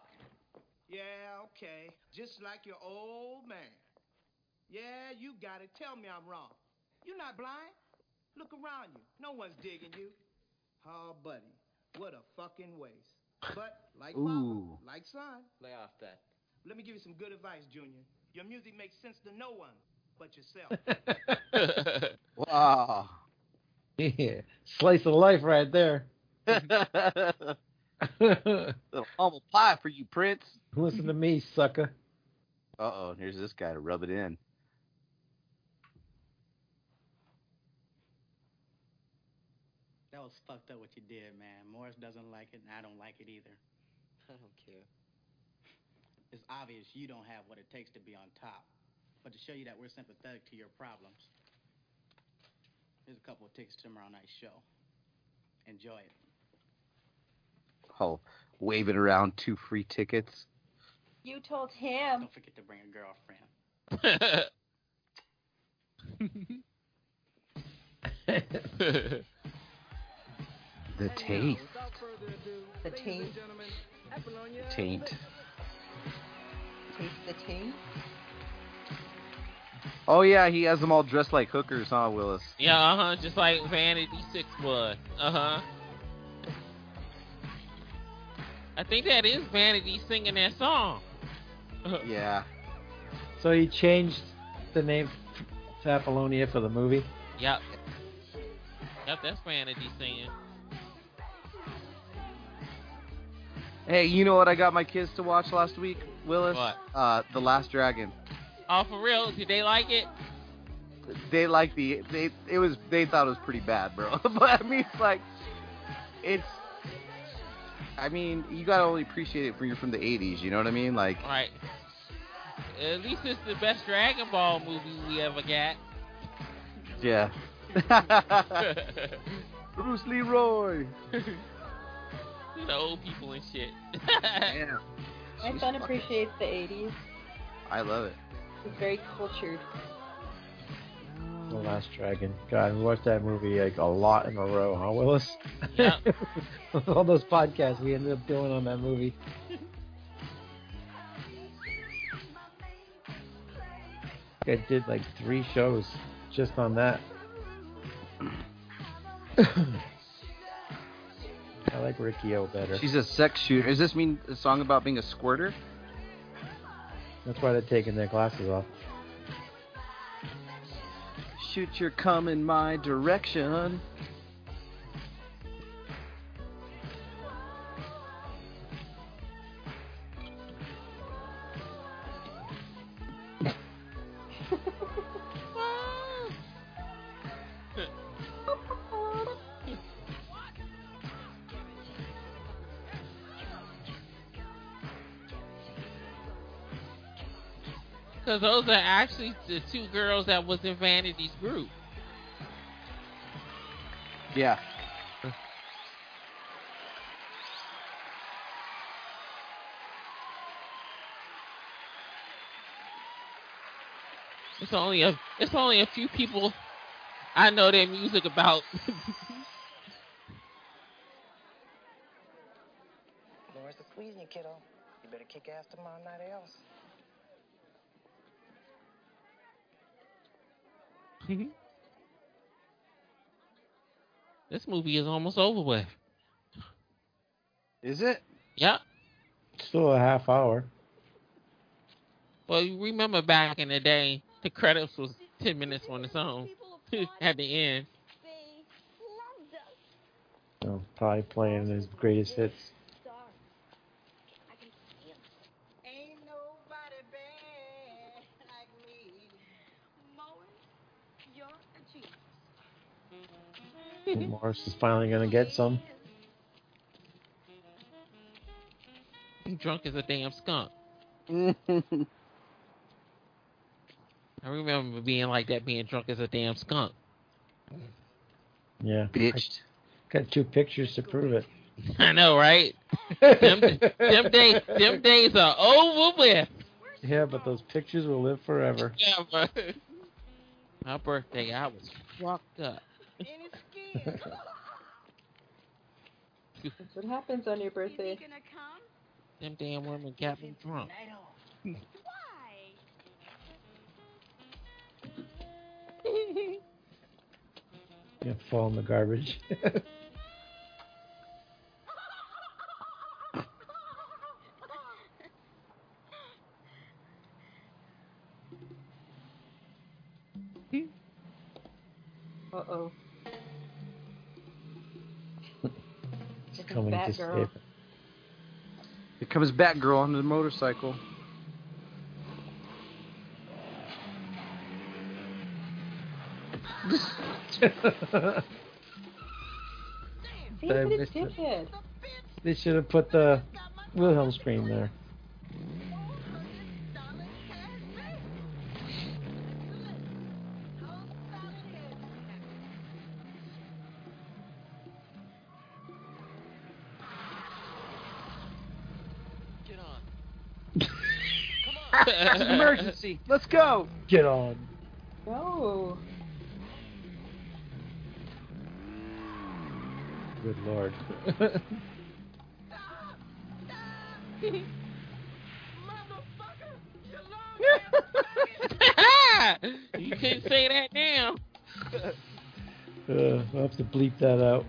N: Yeah, okay. Just like your old man. Yeah, you got it. Tell me I'm wrong. You're not blind. Look around you. No one's digging you. Oh, buddy, what a fucking waste. But like
I: Ooh.
N: father, like son. Lay off that. Let me give you some good advice, Junior. Your music makes sense to no one but yourself.
I: wow.
J: Yeah, slice of life right there. Listen
I: Little humble pie for you, Prince.
J: to me, sucker.
I: Uh oh, here's this guy to rub it in.
T: That was fucked up what you did, man. Morris doesn't like it, and I don't like it either. I don't care. It's obvious you don't have what it takes to be on top. But to show you that we're sympathetic to your problems, here's a couple of tickets to tomorrow night's show. Enjoy it.
I: Oh, waving around two free tickets.
L: You told him.
T: Don't forget to bring a girlfriend.
I: the taint.
L: The taint.
I: Taint.
L: Taste the taint.
I: Oh yeah, he has them all dressed like hookers, huh, Willis?
K: Yeah, uh huh. Just like Vanity Six was. Uh huh. I think that is Vanity singing that song.
I: Yeah.
J: So he changed the name Apollonia for the movie.
K: Yep. Yep, that's Vanity singing.
I: Hey, you know what I got my kids to watch last week, Willis?
K: What?
I: Uh, The Last Dragon.
K: Oh, for real? Did they like it?
I: They like the they it was they thought it was pretty bad, bro. but I mean, it's like it's I mean, you gotta only appreciate it when you're from the '80s. You know what I mean? Like,
K: right. At least it's the best Dragon Ball movie we ever got.
I: yeah. Bruce Leroy.
K: the old people and shit.
I: Yeah.
L: My
I: She's
L: son
I: fucking-
L: appreciates the 80s.
I: I love it.
L: He's very cultured.
J: The Last Dragon. God, we watched that movie like a lot in a row, huh, Willis? All those podcasts we ended up doing on that movie. I did like three shows just on that. I like Ricky O better.
I: She's a sex shooter. Does this mean a song about being a squirter?
J: That's why they're taking their glasses off.
I: Shoot your cum in my direction.
K: Because those are actually the two girls that was in Vanity's group.
I: Yeah.
K: It's only a it's only a few people I know their music about.
N: Lawrence is squeezing you, kiddo. You better kick ass tomorrow night or else.
K: this movie is almost over with.
I: Is it?
K: Yep.
J: Still a half hour.
K: Well, you remember back in the day, the credits was ten minutes on its own at the end.
J: So probably playing his greatest hits.
N: Ain't nobody bad like me.
M: You're a genius.
J: And Morris is finally gonna get some.
K: He drunk as a damn skunk. I remember being like that, being drunk as a damn skunk.
J: Yeah.
I: Bitched.
J: Got two pictures to prove it.
K: I know, right? them, them days, them days are over with.
J: Yeah, but those pictures will live forever.
K: Yeah, but my birthday, I was fucked up.
L: That's what happens on your birthday.
K: Them damn women got me drunk.
J: Yeah, fall in the garbage.
L: Uh oh.
J: Coming to
L: Batgirl.
J: save
I: Here comes Batgirl on the motorcycle.
J: it.
L: See,
J: They
L: look at his
J: missed it.
L: dickhead.
J: they should have put the Wilhelm scream there.
K: Get
I: It's an emergency. Let's go.
J: Get on.
L: No.
J: Good lord.
K: on. you can't say that now.
J: Uh, I'll have to bleep that out.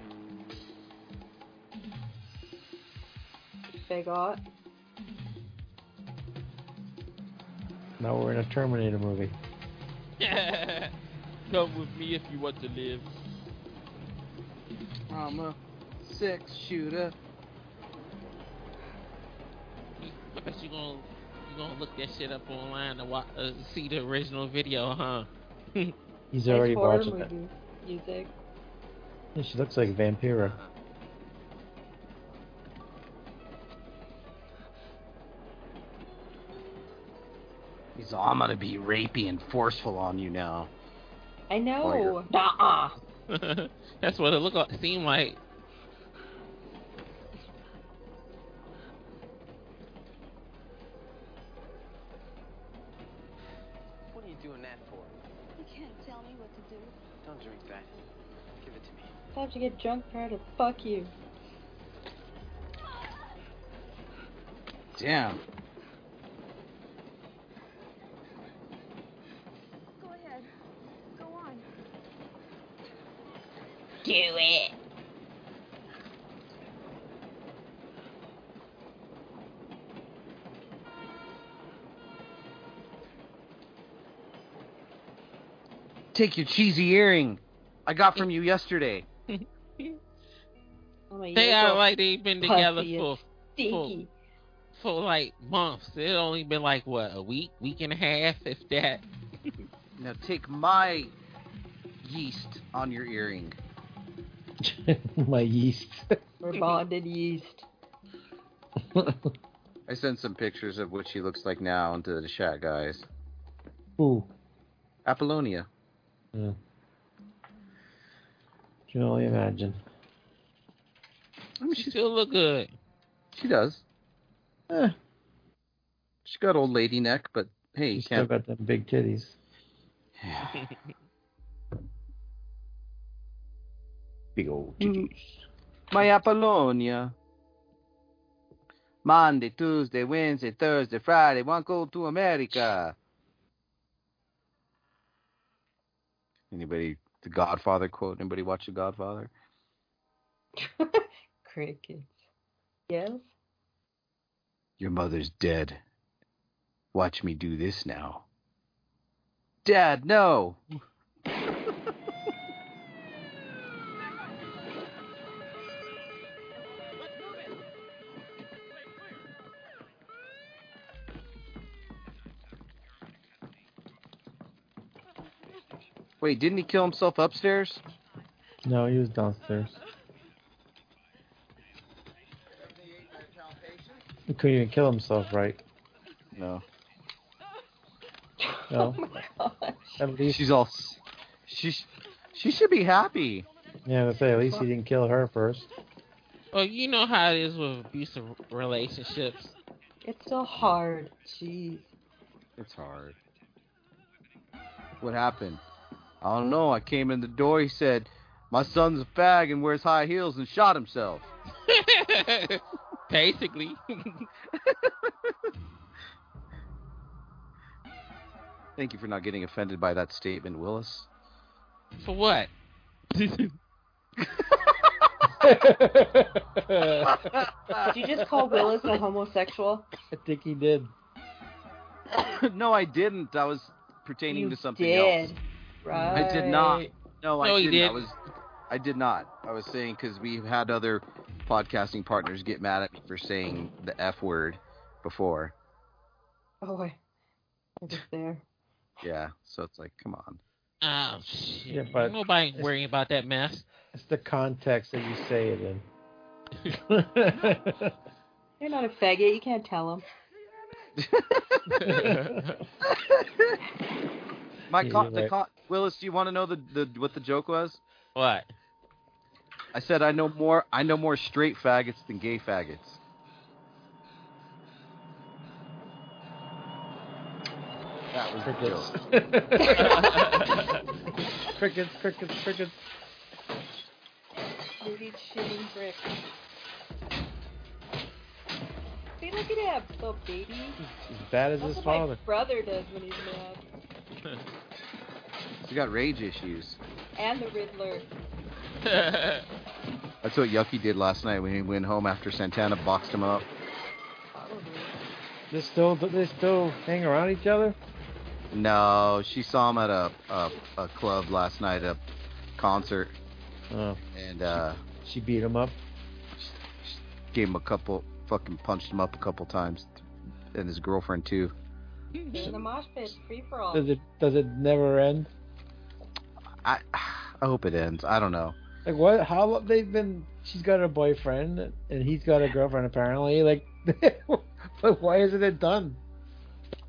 L: They got.
J: Now we're in a Terminator movie.
K: Come with me if you want to live.
I: I'm a six shooter.
K: I bet you gonna you gonna look that shit up online to watch, uh, see the original video, huh?
J: He's
L: Nice
J: already
L: horror
J: watching it.
L: movie music.
J: Yeah, She looks like Vampira.
I: so I'm gonna be rapey and forceful on you now.
L: I know.
K: Nuh-uh. That's what it looked like, seemed like.
Q: What are you doing that for?
M: You can't tell me what to do.
Q: Don't drink that. Give it to me.
L: Time to get drunk prior to fuck you.
I: Damn.
M: Go ahead. Go on.
E: Do it.
I: Take your cheesy earring I got from you yesterday.
L: Oh my
K: They
L: ears
K: are like they've been
L: puffy
K: together
L: and
K: for for,
L: stinky.
K: for like months. It only been like what a week, week and a half, if that.
I: Now take my yeast on your earring.
J: My yeast.
L: We're bonded yeast.
I: I sent some pictures of what she looks like now into the chat, guys.
J: Ooh.
I: Apollonia.
J: Yeah. Can only imagine.
K: She still look good.
I: She does.
J: Eh,
I: She got old lady neck, but hey, you
J: she's still
I: can't.
J: got them big titties.
I: Big old titties. My Apollonia. Monday, Tuesday, Wednesday, Thursday, Friday. One go to America. Anybody? The Godfather quote. Anybody watch The Godfather?
L: Crickets. Yes?
I: Your mother's dead. Watch me do this now. Dad, no. Wait, didn't he kill himself upstairs?
J: No, he was downstairs. He couldn't even kill himself, right?
I: No.
L: Oh
J: No. at least,
I: She's all. s- She sh- she should be happy.
J: yeah, I say at least he didn't kill her first.
K: Well, you know how it is with abusive relationships.
L: It's so hard. Jeez.
I: It's hard. What happened? I don't know. I came in the door. He said, "My son's a fag and wears high heels and shot himself."
K: Basically.
I: Thank you for not getting offended by that statement, Willis.
K: For what? Oh,
L: Did you just call Willis a homosexual?
J: I think he did.
I: no, I didn't. I was pertaining
L: You
I: to something
L: did.
I: else.
L: Right.
I: I did not. No, I
K: No, you
I: didn't. I
K: didn't.
I: was. I did not. I was saying because we had other podcasting partners get mad at me for saying the f word before.
L: Oh, I I was there.
I: Yeah, so it's like, come on.
K: Oh shit!
J: Yeah, but-
K: Nobody ain't worrying about that mess.
J: It's the context that you say it in.
L: You're not a faggot. You can't tell him.
I: My
J: Yeah,
I: co-
J: you're
I: the
J: right.
I: co- Willis, do you want to know the, the what the joke was?
K: What?
I: I said I know more. I know more straight faggots than gay faggots. That was the
J: crickets.
I: joke.
J: crickets, crickets, crickets.
L: Movie shitting brick. See, look at him, little baby.
J: As bad as
L: That's what
J: his father.
L: my brother does when he's mad.
I: She got rage issues.
L: And the Riddler.
I: That's what Yucky did last night when he went home after Santana boxed him up.
L: Probably.
J: They still, they still hang around each other.
I: No, she saw him at a a, a club last night, a concert,
J: Oh,
I: and uh,
J: she beat him up.
I: gave him a couple, fucking punched him up a couple times, and his girlfriend too.
L: In the mosh pit, free for all.
J: Does it, does it never end?
I: I I hope it ends. I don't know.
J: Like what? How long they've been? She's got a boyfriend and he's got a girlfriend apparently. Like, but why isn't it done?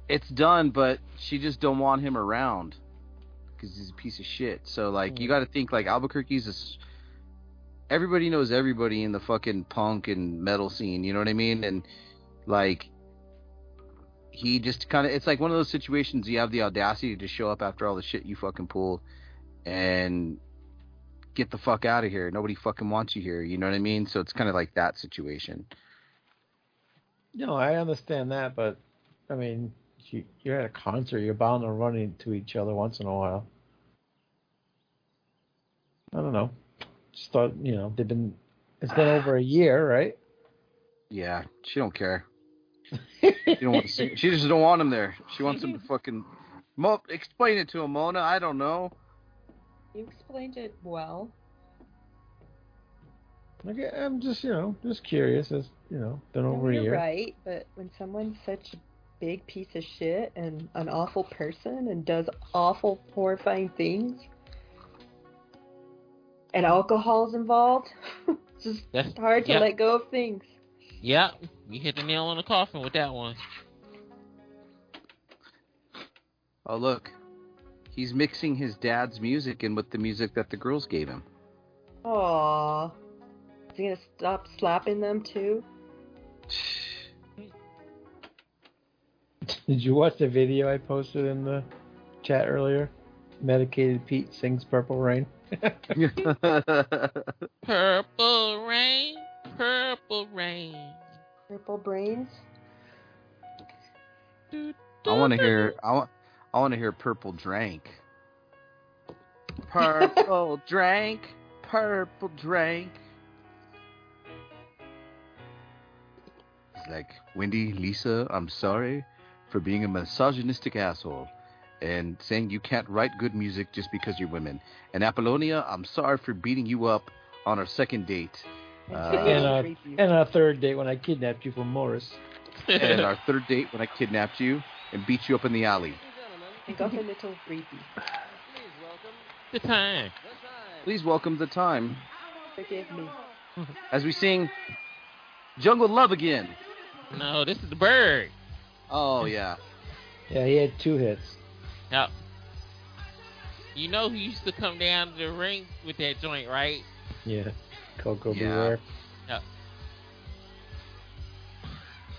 I: it's done, but she just don't want him around because he's a piece of shit. So like, you got to think like Albuquerque's a s everybody knows everybody in the fucking punk and metal scene. You know what I mean? And like, he just kind of it's like one of those situations you have the audacity to show up after all the shit you fucking pulled and get the fuck out of here. Nobody fucking wants you here. You know what I mean? So it's kind of like that situation.
J: No, I understand that, but I mean, you, you're at a concert, you're bound to run into each other once in a while. I don't know. Just thought, you know, they've been, it's been over a year, right?
I: Yeah, she don't care. she don't want to see. She just don't want him there. She wants him to fucking. Mo, explain it to him, Mona. I don't know.
L: You explained it well.
J: Okay, I'm just, you know, just curious. As you know, been over a
L: You're
J: year.
L: right, but when someone's such a big piece of shit and an awful person and does awful, horrifying things, and alcohol's involved, it's just
K: That's
L: hard to
K: yeah.
L: let go of things.
K: Yep, you hit the nail on the coffin with that one.
I: Oh look, he's mixing his dad's music in with the music that the girls gave him.
L: Aww. Is he gonna stop slapping them too?
J: Did you watch the video I posted in the chat earlier? Medicated Pete sings Purple Rain.
K: Purple rain, purple rain.
L: Purple brains?
I: I want to hear. I want. I want to hear Purple Drank. Purple Drank. Purple Drank. It's like Wendy, Lisa. I'm sorry for being a misogynistic asshole and saying you can't write good music just because you're women. And Apollonia, I'm sorry for beating you up on our second date.
J: and,
I: Uh,
J: our, and our third date when I kidnapped you from Morris.
I: and our third date when I kidnapped you and beat you up in the alley.
L: It got a little creepy.
K: The time.
I: Please welcome the time
L: Forgive me.
I: as we sing Jungle Love Again.
K: No, this is the bird.
I: Oh, yeah.
J: Yeah, he had two hits.
K: Yep. You know who used to come down to the ring with that joint, right?
J: Yeah. Coco
I: Yeah.
J: Beware.
K: Yep.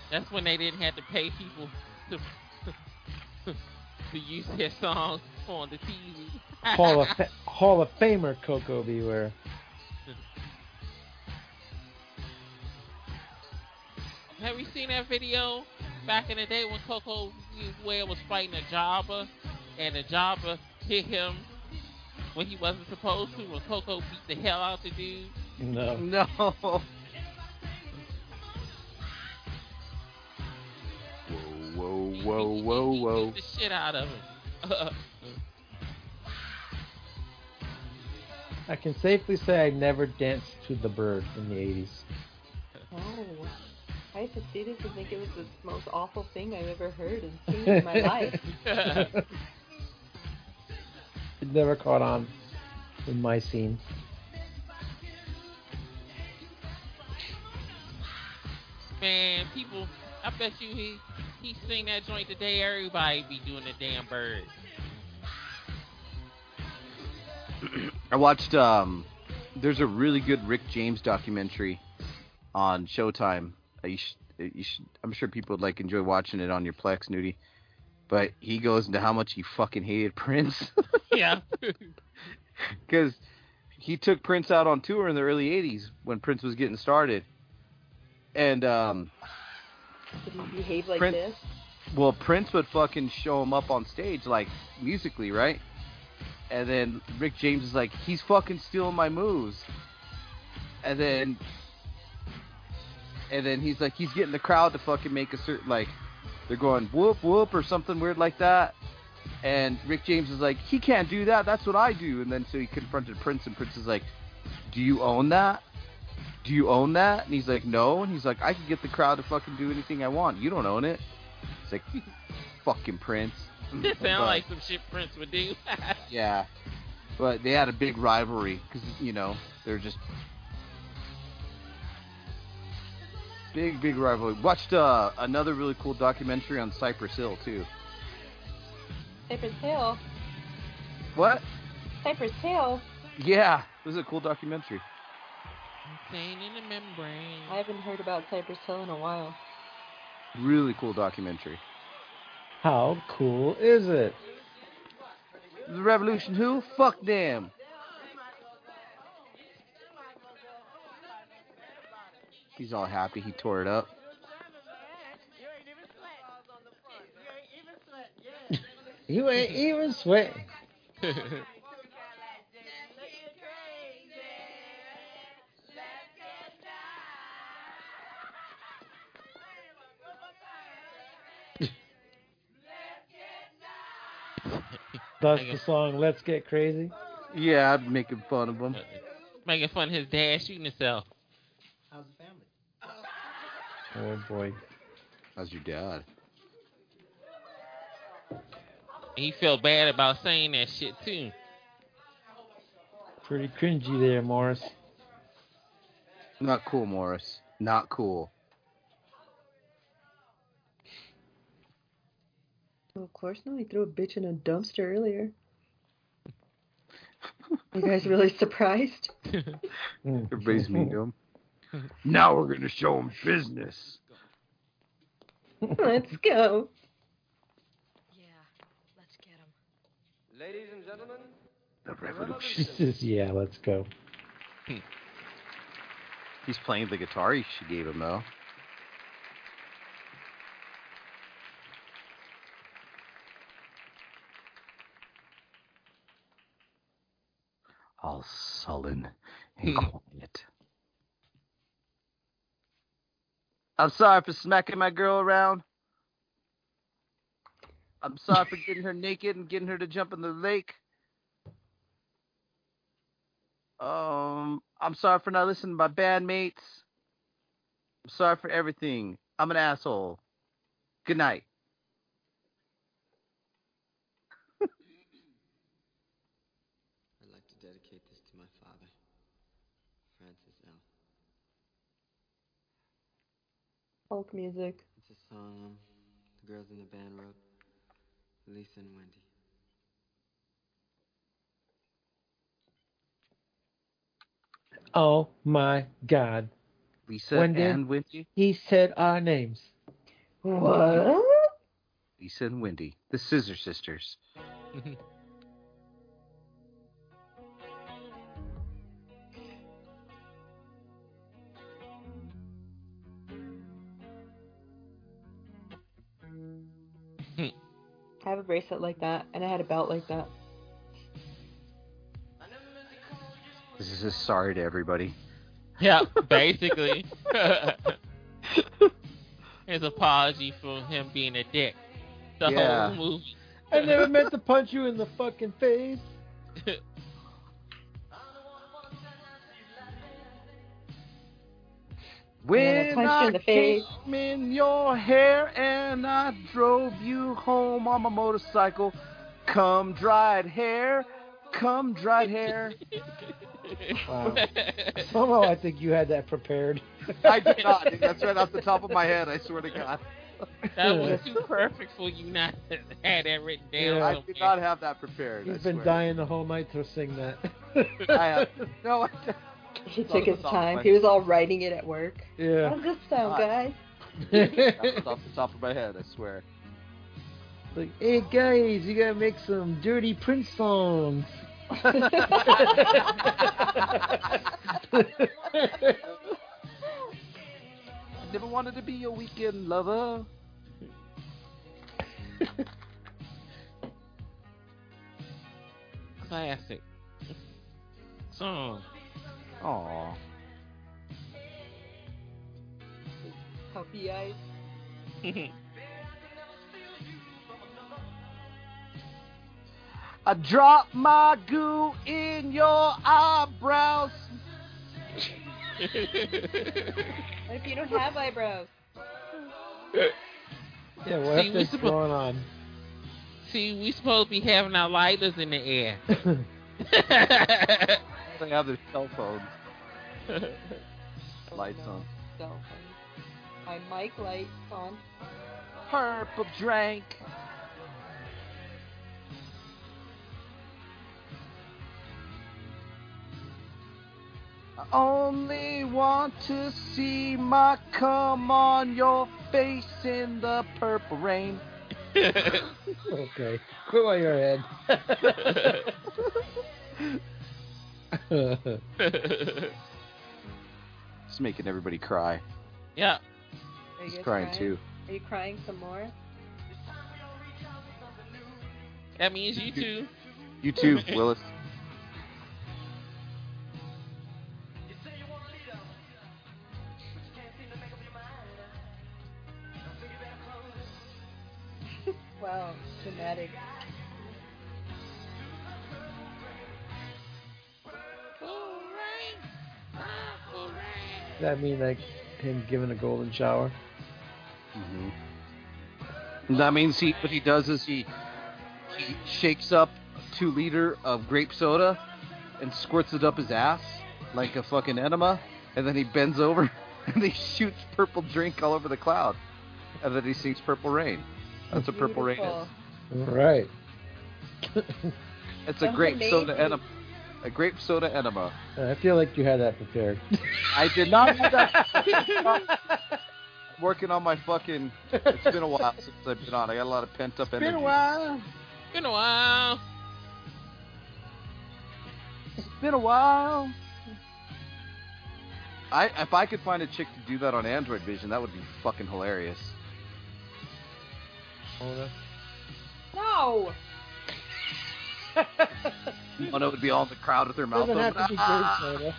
K: That's when they didn't have to pay people to to use their songs on the TV.
J: Hall of, Fa- Hall of Famer Coco Beware.
K: Have you seen that video back in the day when Coco Ware was fighting a Jabba and the Jabba hit him when he wasn't supposed to when Coco beat the hell out the dude?
J: No.
I: No. Whoa, whoa, whoa, whoa.
K: The shit out of him.
J: I can safely say I never danced to the bird in the 80s.
L: Oh. I used to see this and think it was the most awful thing I've ever heard and seen in my life.
J: It never caught on in my scene.
K: Man, people, I bet you he he seen that joint today. Everybody be doing the damn bird.
I: I watched um there's a really good Rick James documentary on Showtime. Uh, You should, you should, I'm sure people would like enjoy watching it on your Plex, Nudie. But he goes into how much he fucking hated Prince
K: Yeah.
I: because he took Prince out on tour in the early '80s when Prince was getting started, and um,
L: Did he behave like
I: Prince-
L: this?
I: well, Prince would fucking show him up on stage, like musically, right? And then Rick James is like, he's fucking stealing my moves. And then, and then he's like, he's getting the crowd to fucking make a certain like, they're going whoop whoop or something weird like that. And Rick James is like, he can't do that. That's what I do. And then so he confronted Prince, and Prince is like, do you own that? Do you own that? And he's like, no. And he's like, I can get the crowd to fucking do anything I want. You don't own it. It's like, fucking Prince.
K: This sound
I: But-
K: like some shit Prince would do.
I: yeah, but they had a big rivalry because you know they're just big, big rivalry. Watched uh, another really cool documentary on Cypress Hill too.
L: Cypress Hill.
I: What?
L: Cypress Hill.
I: Yeah, this is a cool documentary.
K: Pain in the membrane.
L: I haven't heard about Cypress Hill in a while.
I: Really cool documentary.
J: How cool is it?
I: The revolution who? Fuck them. He's all happy he tore it up.
J: You ain't even sweating. That's the song Let's Get Crazy.
I: Yeah, I'm making fun of him.
K: Making fun of his dad shooting himself.
D: How's the family?
J: Oh boy.
I: How's your dad?
K: And he felt bad about saying that shit too.
J: Pretty cringy there, Morris.
I: Not cool, Morris. Not cool.
L: Well, Oh, of course not. He threw a bitch in a dumpster earlier. you guys really surprised?
J: Mm.
I: Everybody's meeting him. Now we're gonna show him business.
L: Let's go.
N: Ladies and gentlemen,
I: The revolution.
J: She says, "Yeah, let's go."
I: He's playing the guitar he- she gave him though. All sullen and quiet. I'm sorry for smacking my girl around. I'm sorry for getting her naked and getting her to jump in the lake. Um, I'm sorry for not listening to my bandmates. I'm sorry for everything. I'm an asshole. Good night.
Q: I'd like to dedicate this to my father, Francis L.
L: Folk music.
Q: It's a song um, the girls in the band wrote, Lisa and Wendy.
J: Oh my God!
I: Lisa
J: Wendy?
I: and Wendy.
J: He said our names.
L: What?
I: Lisa and Wendy, the Scissor Sisters.
L: I have a bracelet like that, and I had a belt like that.
I: This is just sorry to everybody.
K: Yeah, basically. His apology for him being a dick. The
I: Yeah.
K: whole movie.
J: I never meant to punch you in the fucking face.
L: I
I: When
L: punched you in the face.
I: came in your hair and I drove you home on my motorcycle. Come dried hair, come dried hair.
J: Wow. Somehow I think you had that prepared.
I: I did not. dude. That's right off the top of my head. I swear to God,
K: That was too perfect for you not to have that written down.
J: Yeah.
I: I did not have that prepared. I
J: He's been
I: swear.
J: dying the whole night to sing that.
I: I have no. I don't.
L: He
I: That
L: took his
I: was off
L: time.
I: my-
L: He was all writing it at work. How
J: yeah.
L: does this
I: God.
L: sound, guys?
I: That was off the top of my head. I swear.
J: like, hey guys, you gotta make some dirty Prince songs.
I: I never wanted to be a weekend lover.
K: Classic. Song.
I: Aww.
L: Puppy eyes.
I: I drop my goo in your eyebrows.
L: What if you don't have eyebrows?
J: yeah, what
K: See,
J: if
K: we
J: that's
K: suppo-
J: going on?
K: See, we supposed to be having our lighters in the air.
I: They have their cell phones. Lights on.
L: So funny. My mic light on.
I: Purple drink.
U: I only want to see my cum on your face in the purple rain.
J: okay. Quit while you're ahead.
I: it's making everybody cry.
K: Yeah.
L: Are you
I: He's
L: guys
I: crying, too.
L: Are you crying some more?
K: That means you too.
I: You too, Willis.
L: Wow, dramatic.
J: Does that mean like him giving a golden shower?
I: That means he what he does is he he shakes up two liter of grape soda and squirts it up his ass like a fucking enema, and then he bends over and he shoots purple drink all over the cloud, and then he sings Purple Rain. That's what Purple Rain is.
J: Right.
I: It's a
J: Sounds
I: grape soda
J: amazing.
I: enema. A grape soda enema.
J: I feel like you had that prepared.
I: I did not have that. Working on my fucking. It's been a while since I've been on. I got a lot of pent up energy.
U: while.
K: Been a while.
U: It's been a while.
I: I if I could find a chick to do that on Android Vision, that would be fucking hilarious.
L: No!
I: Mona Oh, would be all in the crowd with her mouth
L: Doesn't
I: open.
L: have to be
I: "Ah!"
L: grape soda.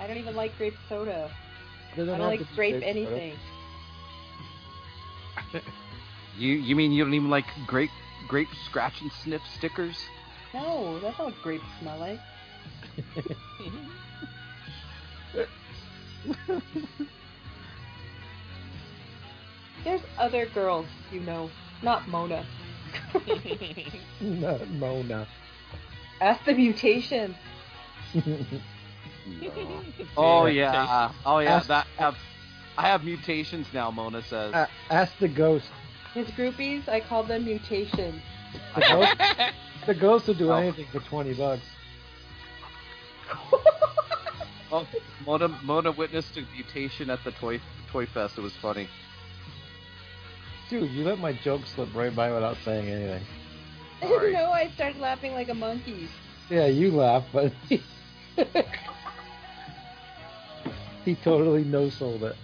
L: I don't even like grape soda.
J: Doesn't
L: I don't
J: have to
L: like
J: be
L: grape,
J: grape soda.
L: anything.
I: You you mean you don't even like grape grape scratch and sniff stickers?
L: No, that's not what grapes smell like. There's other girls you know, not Mona.
J: Not Mona.
L: Ask the mutation.
I: Oh yeah.
J: Mutations.
I: oh yeah.
J: Ask-
I: That have I have mutations now. Mona says.
L: Uh,
J: A- Uh, ask the ghost.
L: His groupies, I call them mutations.
J: The ghost, the ghost will do anything for twenty bucks.
I: oh, Mona Mona witnessed a mutation at the toy toy fest. It was funny.
J: Dude, you let my joke slip right by without saying anything.
L: no, I started laughing like a monkey.
J: Yeah, you laugh, but he totally no sold it.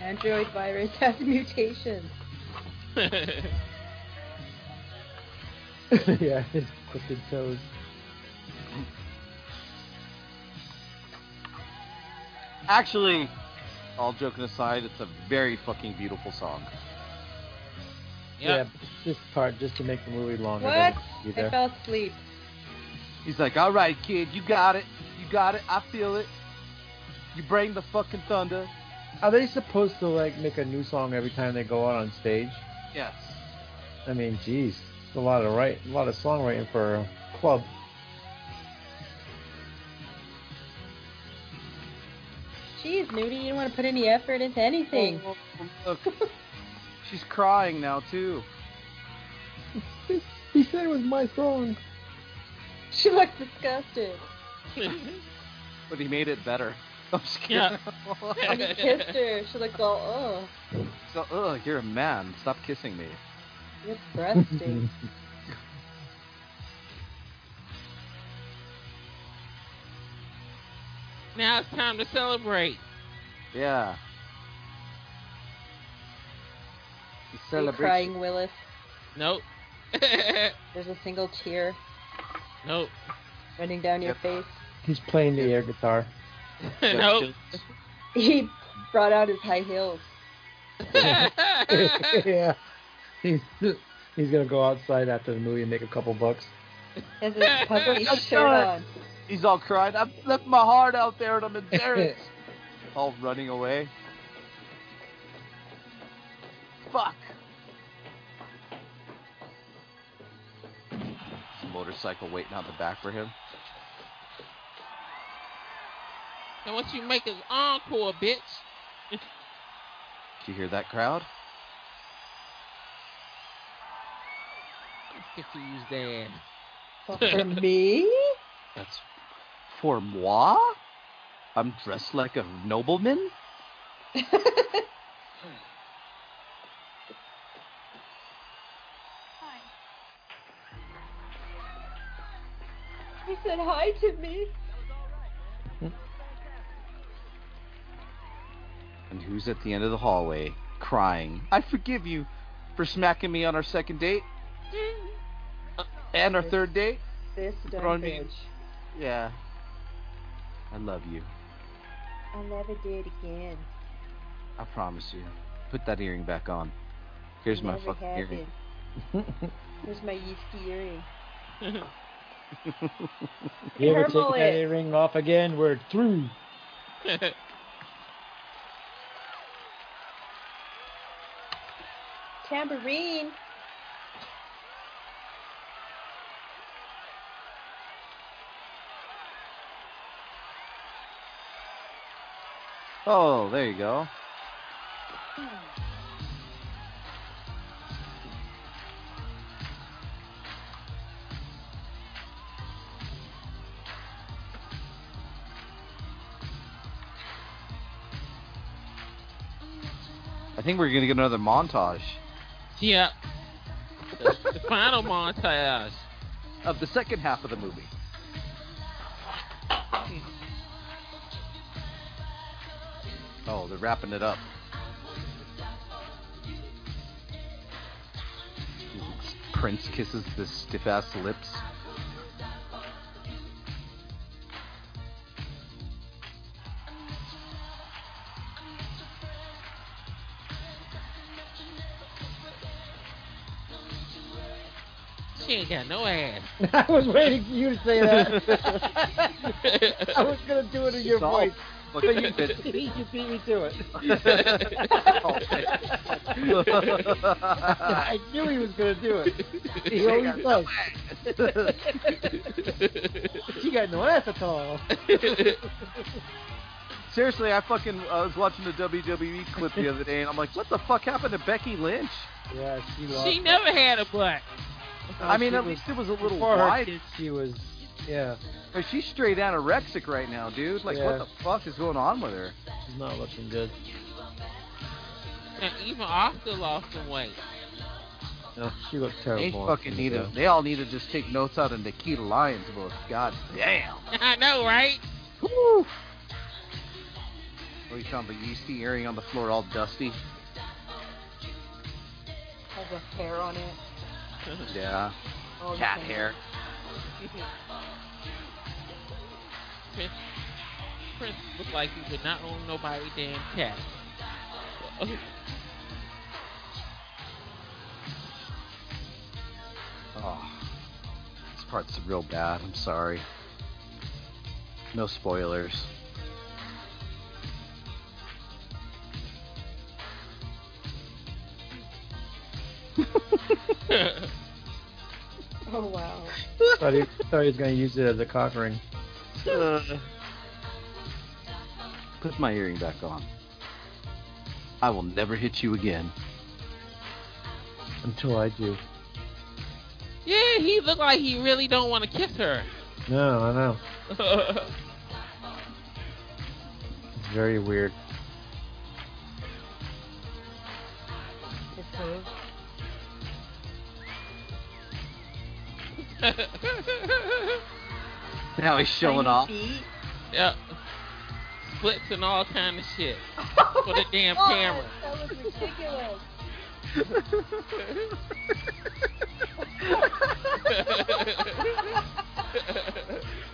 L: Android virus has mutations.
J: yeah, his crooked toes.
I: Actually, all joking aside, it's a very fucking beautiful song.
J: Yeah, this part just to make the movie longer.
L: What?
J: You
L: I
J: there?
L: fell asleep.
I: He's like, all right, kid, you got it. You got it. I feel it. You bring the fucking thunder.
J: Are they supposed to like make a new song every time they go out on stage?
I: Yes.
J: I mean, geez, it's a lot of write, a lot of songwriting for a club.
L: Jeez, Nudie, you don't want to put any effort into anything.
J: Oh.
I: Oh, Look, she's crying now, too.
J: He said it was my song.
L: She looked disgusted.
I: But he made it better. I'm just kidding.
L: Yeah. when he kissed her, she looked all, oh,
I: So, ugh, you're a man. Stop kissing me.
L: your breath stinks.
K: Now it's time to celebrate.
I: Yeah. The
L: Are you crying, Willis?
K: Nope.
L: There's a single tear
K: nope.
L: running down your face.
J: He's playing the air guitar.
K: nope.
L: He brought out his high heels.
J: yeah, he's he's gonna go outside after the movie and make a couple bucks.
L: Has his puffy
I: I'm
L: shirt
I: sorry.
L: on.
I: He's all crying. I've left my heart out there and I'm embarrassed. all running away. Fuck. There's a motorcycle waiting out the back for him.
K: And once you make his encore, bitch.
I: Do you hear that crowd?
K: Confused dad.
L: For me?
I: That's for moi? I'm dressed like a nobleman?
L: He said hi to me.
I: And who's at the end of the hallway crying, I forgive you for smacking me on our second date Uh, and our third date?
L: This
I: Throw
L: dumb
I: me-
L: bitch.
I: Yeah. I love you.
L: I'll never do it again.
I: I promise you. Put that earring back on. Here's my
L: Never
I: fucking earring.
L: happened. Here's my yeasty earring.
J: You ever take
L: Purple
J: that
L: it.
J: earring off again? We're through.
L: Tambourine.
I: Oh, there you go. I think we're gonna get another montage
K: Yep. the, the final montage.
I: of the second half of the movie. Oh, they're wrapping it up. Prince kisses the stiff ass lips.
K: She ain't got no ass.
J: I was waiting for you to say that. I was gonna do it in your
I: It's all
J: voice, but
I: fucking
J: you,
I: good.
J: you beat me to it. I knew he was gonna do it. He always does. she got no ass at all.
I: Seriously, I fucking I was watching the WWE clip the other day, and I'm like, what the fuck happened to Becky Lynch?
J: Yeah, she lost.
K: She never had a butt.
I: I mean,
J: Oh, she
I: at
J: was-
I: least it was a little
J: before her
I: wide.
J: kids, she was, yeah,
I: But she's straight anorexic right now, dude. Like,
J: Yeah.
I: what the fuck is going on with her?
J: she's not looking good.
K: And even Oscar lost some weight.
J: She looked
I: They
J: terrible.
I: fucking need to. They all need to just take notes out of Nikita Lyons' book. God damn.
K: I know, right?
I: Woo. What are you talking about? Yeasty earring on the floor, all dusty.
L: Has a hair on it.
I: Yeah.
L: Oh,
I: Cat
L: okay.
I: hair.
K: Prince, Prince looked like he would not own nobody damn cat.
I: Oh, this part's real bad. I'm sorry. No spoilers.
L: Oh wow.
J: thought, he, thought he was gonna use it as a cock ring.
I: Uh. Put my earring back on. I will never hit you again.
J: Until I do.
K: Yeah, he looked like he really don't want to kiss her.
J: No, I know. It's very weird.
L: This move.
I: Now he's showing
L: Tiny
I: off.
L: feet.
K: yeah. Splits and all kind of shit for the damn
L: God,
K: camera.
L: That was ridiculous.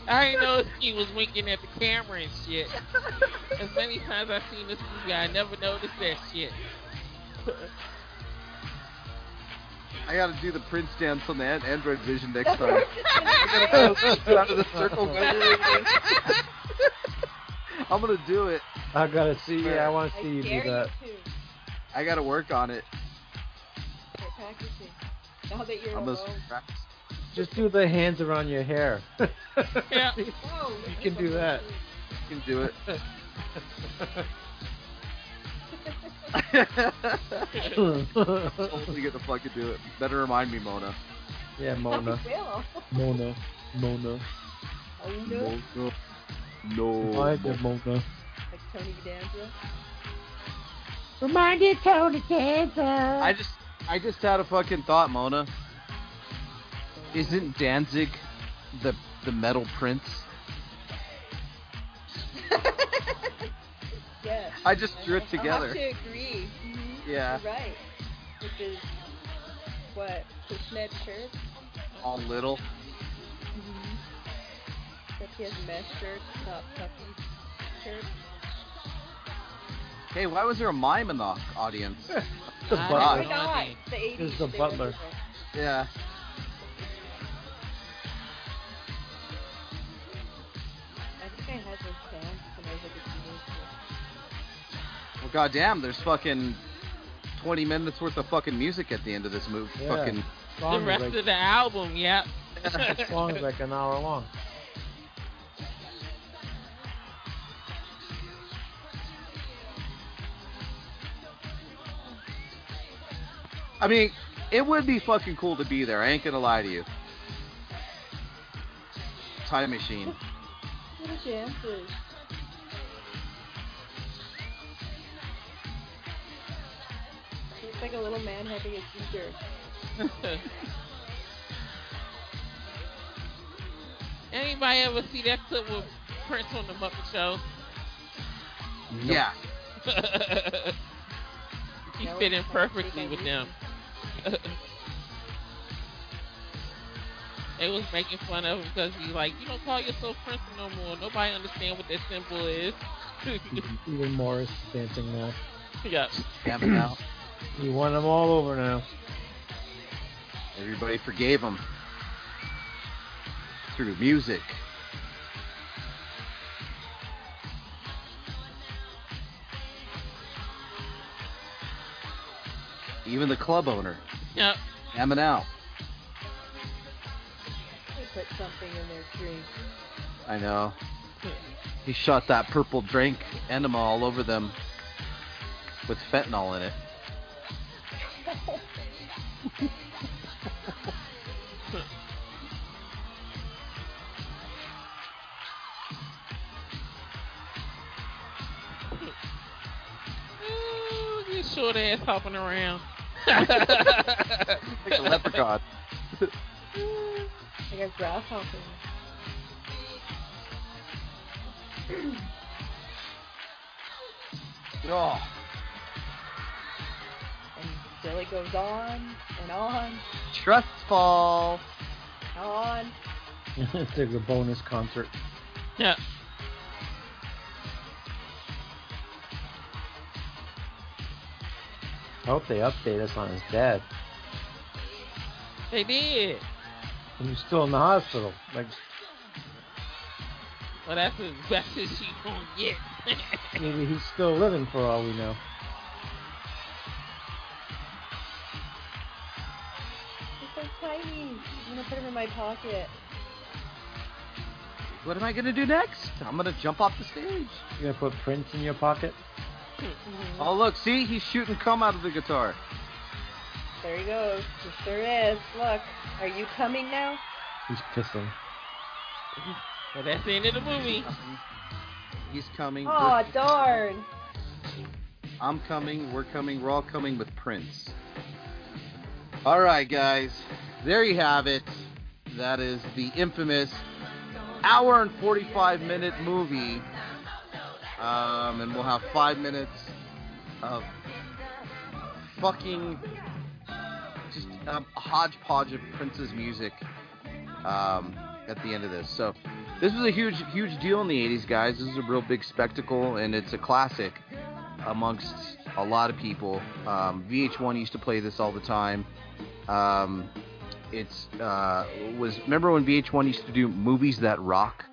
K: I didn't know she was winking at the camera and shit. As many times I've seen this movie, I never noticed that shit.
I: I gotta do the Prince dance on the An- Android Vision next time. I gotta go out of the circle. I'm gonna do it.
J: I gotta see. Yeah, I want to
L: I
J: see you do
L: dare
J: that.
L: you to.
I: I gotta work on it.
L: Start practicing. Now that you're
I: I'm gonna
L: alone.
I: practice.
J: Just do the hands around your hair.
K: Yeah.
J: you
L: Whoa, you
J: can do that.
I: can do it. Hopefully you get to fucking do it. Better remind me, Mona.
J: yeah, Mona.
L: I will.
J: Mona. Mona.
L: I know.
I: Mona.
G: No.
J: I did Molta.
L: Like Tony Danza.
I: Remind you, Tony Danza. I just, I just had a fucking thought, Mona. Isn't Danzig the the metal prince?
L: Yes.
I: I just drew it together. Mm-hmm.
L: I have to agree. hmm
I: Yeah.
L: You're right. With his what fishnet shirt.
I: All little.
L: Mm-hmm. Except he has mesh shirts, not puffy shirts.
I: Hey, why was there a mime in the audience?
J: The
I: Ah.
J: butler.
L: Why not? The 80s.
J: It's the
L: they were
J: butler.
L: different.
I: Yeah.
L: I think I had those pants when I was like a teenager.
I: Well, goddamn, there's fucking 20 minutes worth of fucking music at the end of this movie.
J: Yeah.
I: Fucking.
J: Song
K: the
J: is
K: rest
J: like-
K: of the album, yep.
J: song is like an hour long.
I: I mean, it would be fucking cool to be there. I ain't gonna lie to you. Time machine.
L: What are chances? He looks like a little man having a seizure.
K: Anybody ever see that clip with Prince on the Muppet Show?
I: Yeah.
K: he
L: That was
K: fit in
L: my
K: perfectly
L: big
K: with
L: idea.
K: them. they was making fun of him because he's like, you don't call yourself Prince no more. Nobody understand what that symbol is.
J: Even Morris is dancing now.
K: yeah.
I: Damn it now.
J: You won them all over now.
I: Everybody forgave him through music. Even the club owner,
K: Yep.
I: Damn it now.
L: They put something in their drink.
I: I know. He shot that purple drink enema all over them with fentanyl in it.
K: Ooh, you short ass hopping around.
I: Like a leprechaun.
L: Like a grasshopper.
I: Oh,
L: And still it goes on and on
I: trust fall.
L: and on.
J: it's like a bonus concert.
K: Yeah.
J: I hope they update us on his dad.
K: They did.
J: He's still in the hospital. Like,
K: Well, that's as best as she gonna get.
J: maybe he's still living for all we know.
L: He's so tiny. I'm gonna put him in my pocket.
I: What am I gonna do next? I'm gonna jump off the stage.
J: You're gonna put Prince in your pocket?
I: Oh look, see, he's shooting cum out of the guitar.
L: There he goes. He sure is. Look. Are you coming now?
J: He's pissing.
K: Well, that's the end of the movie.
I: He's coming.
L: Oh
I: we're-
L: darn.
I: I'm coming. We're coming. We're all coming with Prince. All right, guys. There you have it. That is the infamous hour and 45 minute movie. Um, and we'll have five minutes of fucking just um, a hodgepodge of Prince's music um, at the end of this. So this was a huge, huge deal in the 80s, guys. This is a real big spectacle, and it's a classic amongst a lot of people. Um, VH1 used to play this all the time. Um, it's uh, was remember when VH1 used to do movies that rock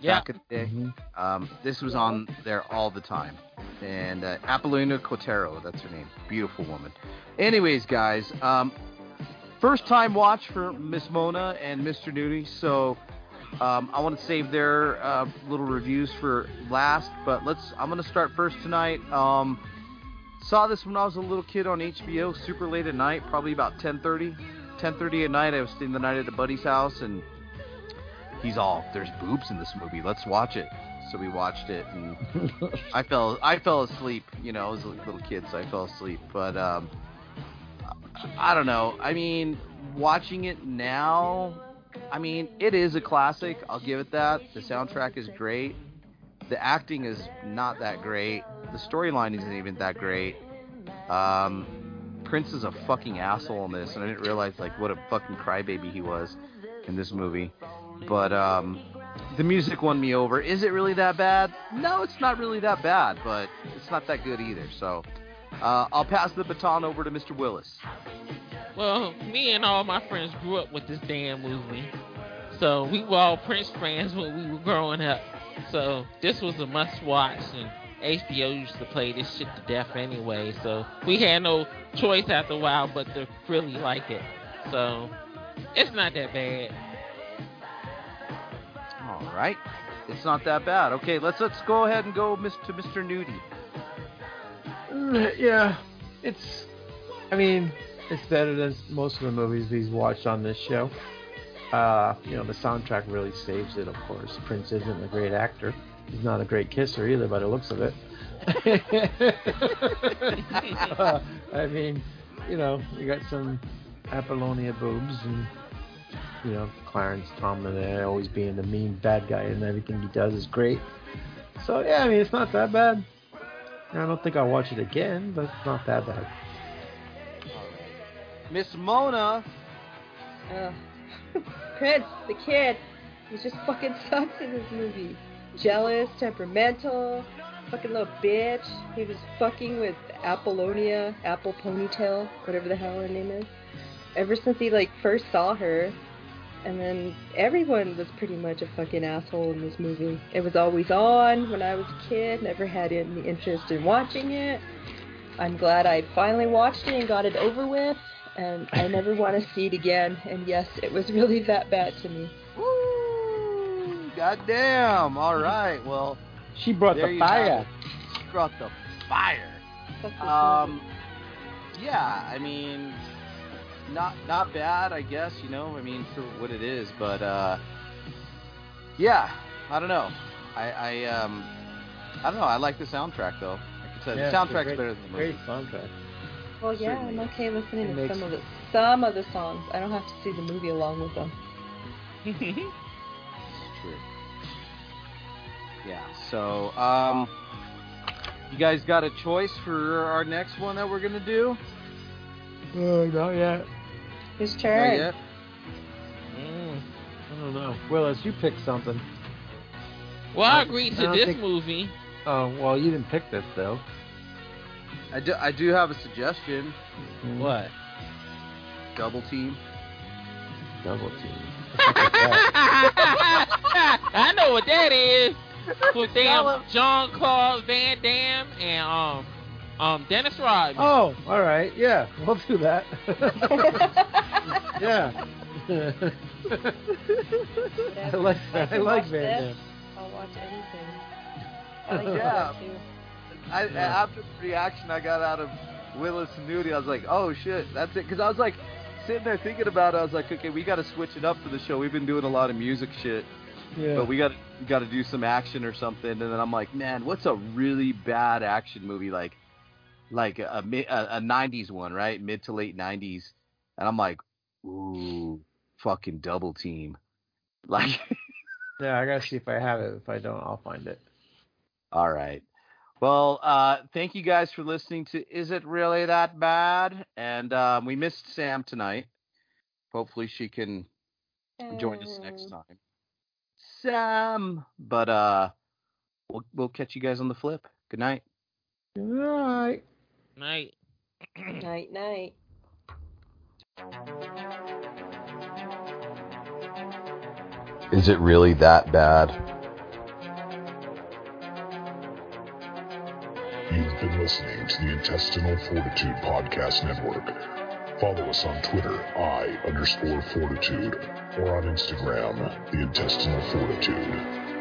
K: Yeah.
I: back in the day.
J: Mm-hmm.
I: Um, this was on there all the time. And uh, Apollina Cotero, that's her name, beautiful woman. Anyways, guys, um, first time watch for Miss Mona and Mr. Nudie, so. Um, I want to save their uh, little reviews for last, but let's. I'm gonna start first tonight. Um, saw this when I was a little kid on HBO, super late at night, probably about 10:30, 10:30 at night. I was staying the night at a buddy's house, and he's all, "There's boobs in this movie. Let's watch it." so we watched it, and I fell I fell asleep. You know, I was a little kid, so I fell asleep. But um, I, I don't know. I mean, watching it now, I mean, it is a classic. I'll give it that. The soundtrack is great. The acting is not that great. The storyline isn't even that great. Um, Prince is a fucking asshole in this, and I didn't realize like what a fucking crybaby he was in this movie. But um, the music won me over. Is it really that bad? No, it's not really that bad, but it's not that good either. So uh, I'll pass the baton over to Mr. Willis.
K: Well, me and all my friends grew up with this damn movie. So we were all Prince fans when we were growing up. So this was a must watch and HBO used to play this shit to death anyway. So we had no choice after a while but to really like it. So it's not that bad.
I: All right, it's not that bad. Okay, let's let's go ahead and go Mr. to Mr. Nudie.
J: Mm, Yeah, it's. I mean, it's better than most of the movies we've watched on this show. Uh, you know, the soundtrack really saves it. Of course, Prince isn't a great actor. He's not a great kisser either, by the looks of it. Uh, I mean, you know, you got some Apollonia boobs and you know, Clarence Tomlin there always being the mean bad guy and everything he does is great. So yeah, I mean it's not that bad. And I don't think I'll watch it again, but it's not that bad.
I: Miss Mona.
L: Ugh. Prince, the kid, he just fucking sucks in this movie. Jealous, temperamental, fucking little bitch. He was fucking with Apollonia, Apple Ponytail, whatever the hell her name is. Ever since he like first saw her, and then everyone was pretty much a fucking asshole in this movie. It was always on when I was a kid, never had any interest in watching it. I'm glad I finally watched it and got it over with, and I never want to see it again. And yes, it was really that bad to me.
I: Woo! Goddamn! All right, well,
J: She brought
I: there
J: the
I: you
J: fire.
I: have it. She brought the fire. Um, yeah, I mean, not not bad, I guess. You know, I mean, for what it is, but uh, yeah, I don't know. I I um, I don't know. I like the soundtrack though. Like I said,
J: Yeah, it's
I: the
J: a
I: soundtrack's
J: great-
I: better than the movie.
J: Great soundtrack.
L: Well, yeah, I'm okay listening to
J: It makes-
L: some of the some of the songs. I don't have to see the movie along with them.
I: True. Yeah. So um, you guys got a choice for our next one that we're gonna do?
J: Oh, not yet.
L: His
I: Not
L: turn.
I: yet?
J: Mm, I don't know. Willis, you picked something.
K: Well, I agreed
J: I
K: to
J: don't
K: this
J: think-
K: movie.
J: Oh, well, you didn't pick this though.
I: I do, I do have a suggestion.
J: What?
I: Double team.
J: Double team.
K: I know what that is. With
I: Tell
K: damn
I: 'em.
K: John Claude Van Damme and um um Dennis Rodman.
J: Oh, all right. Yeah, we'll do that. yeah. I like that. I
L: can
J: like
L: watch
J: Van
L: this.
J: Damme.
L: I'll watch anything. I like
I: Yeah.
L: that too.
I: I,
J: Yeah.
I: After the reaction I got out of Willis and Nudie, I was like, oh shit, that's it. Because I was like sitting there thinking about it. I was like, okay, we got to switch it up for the show. We've been doing a lot of music shit,
J: Yeah.
I: but we got we got to do some action or something. And then I'm like, man, what's a really bad action movie like, like a mi- a, a '90s one, right? Mid to late '90s. And I'm like, ooh, fucking double team. Like,
J: yeah, I gotta see if I have it. If I don't, I'll find it.
I: All right. Well, uh, thank you guys for listening to Is It Really That Bad? And um, we missed Sam tonight. Hopefully she can join us
L: Mm.
I: next
L: Um,
I: time. Sam! But uh, we'll, we'll catch you guys on the flip. Good night.
J: All right.
K: Night.
L: Night, night.
G: Is it really that bad?
A: You've been listening to the Intestinal Fortitude Podcast Network. Follow us on Twitter, I underscore fortitude, or on Instagram, the Intestinal Fortitude.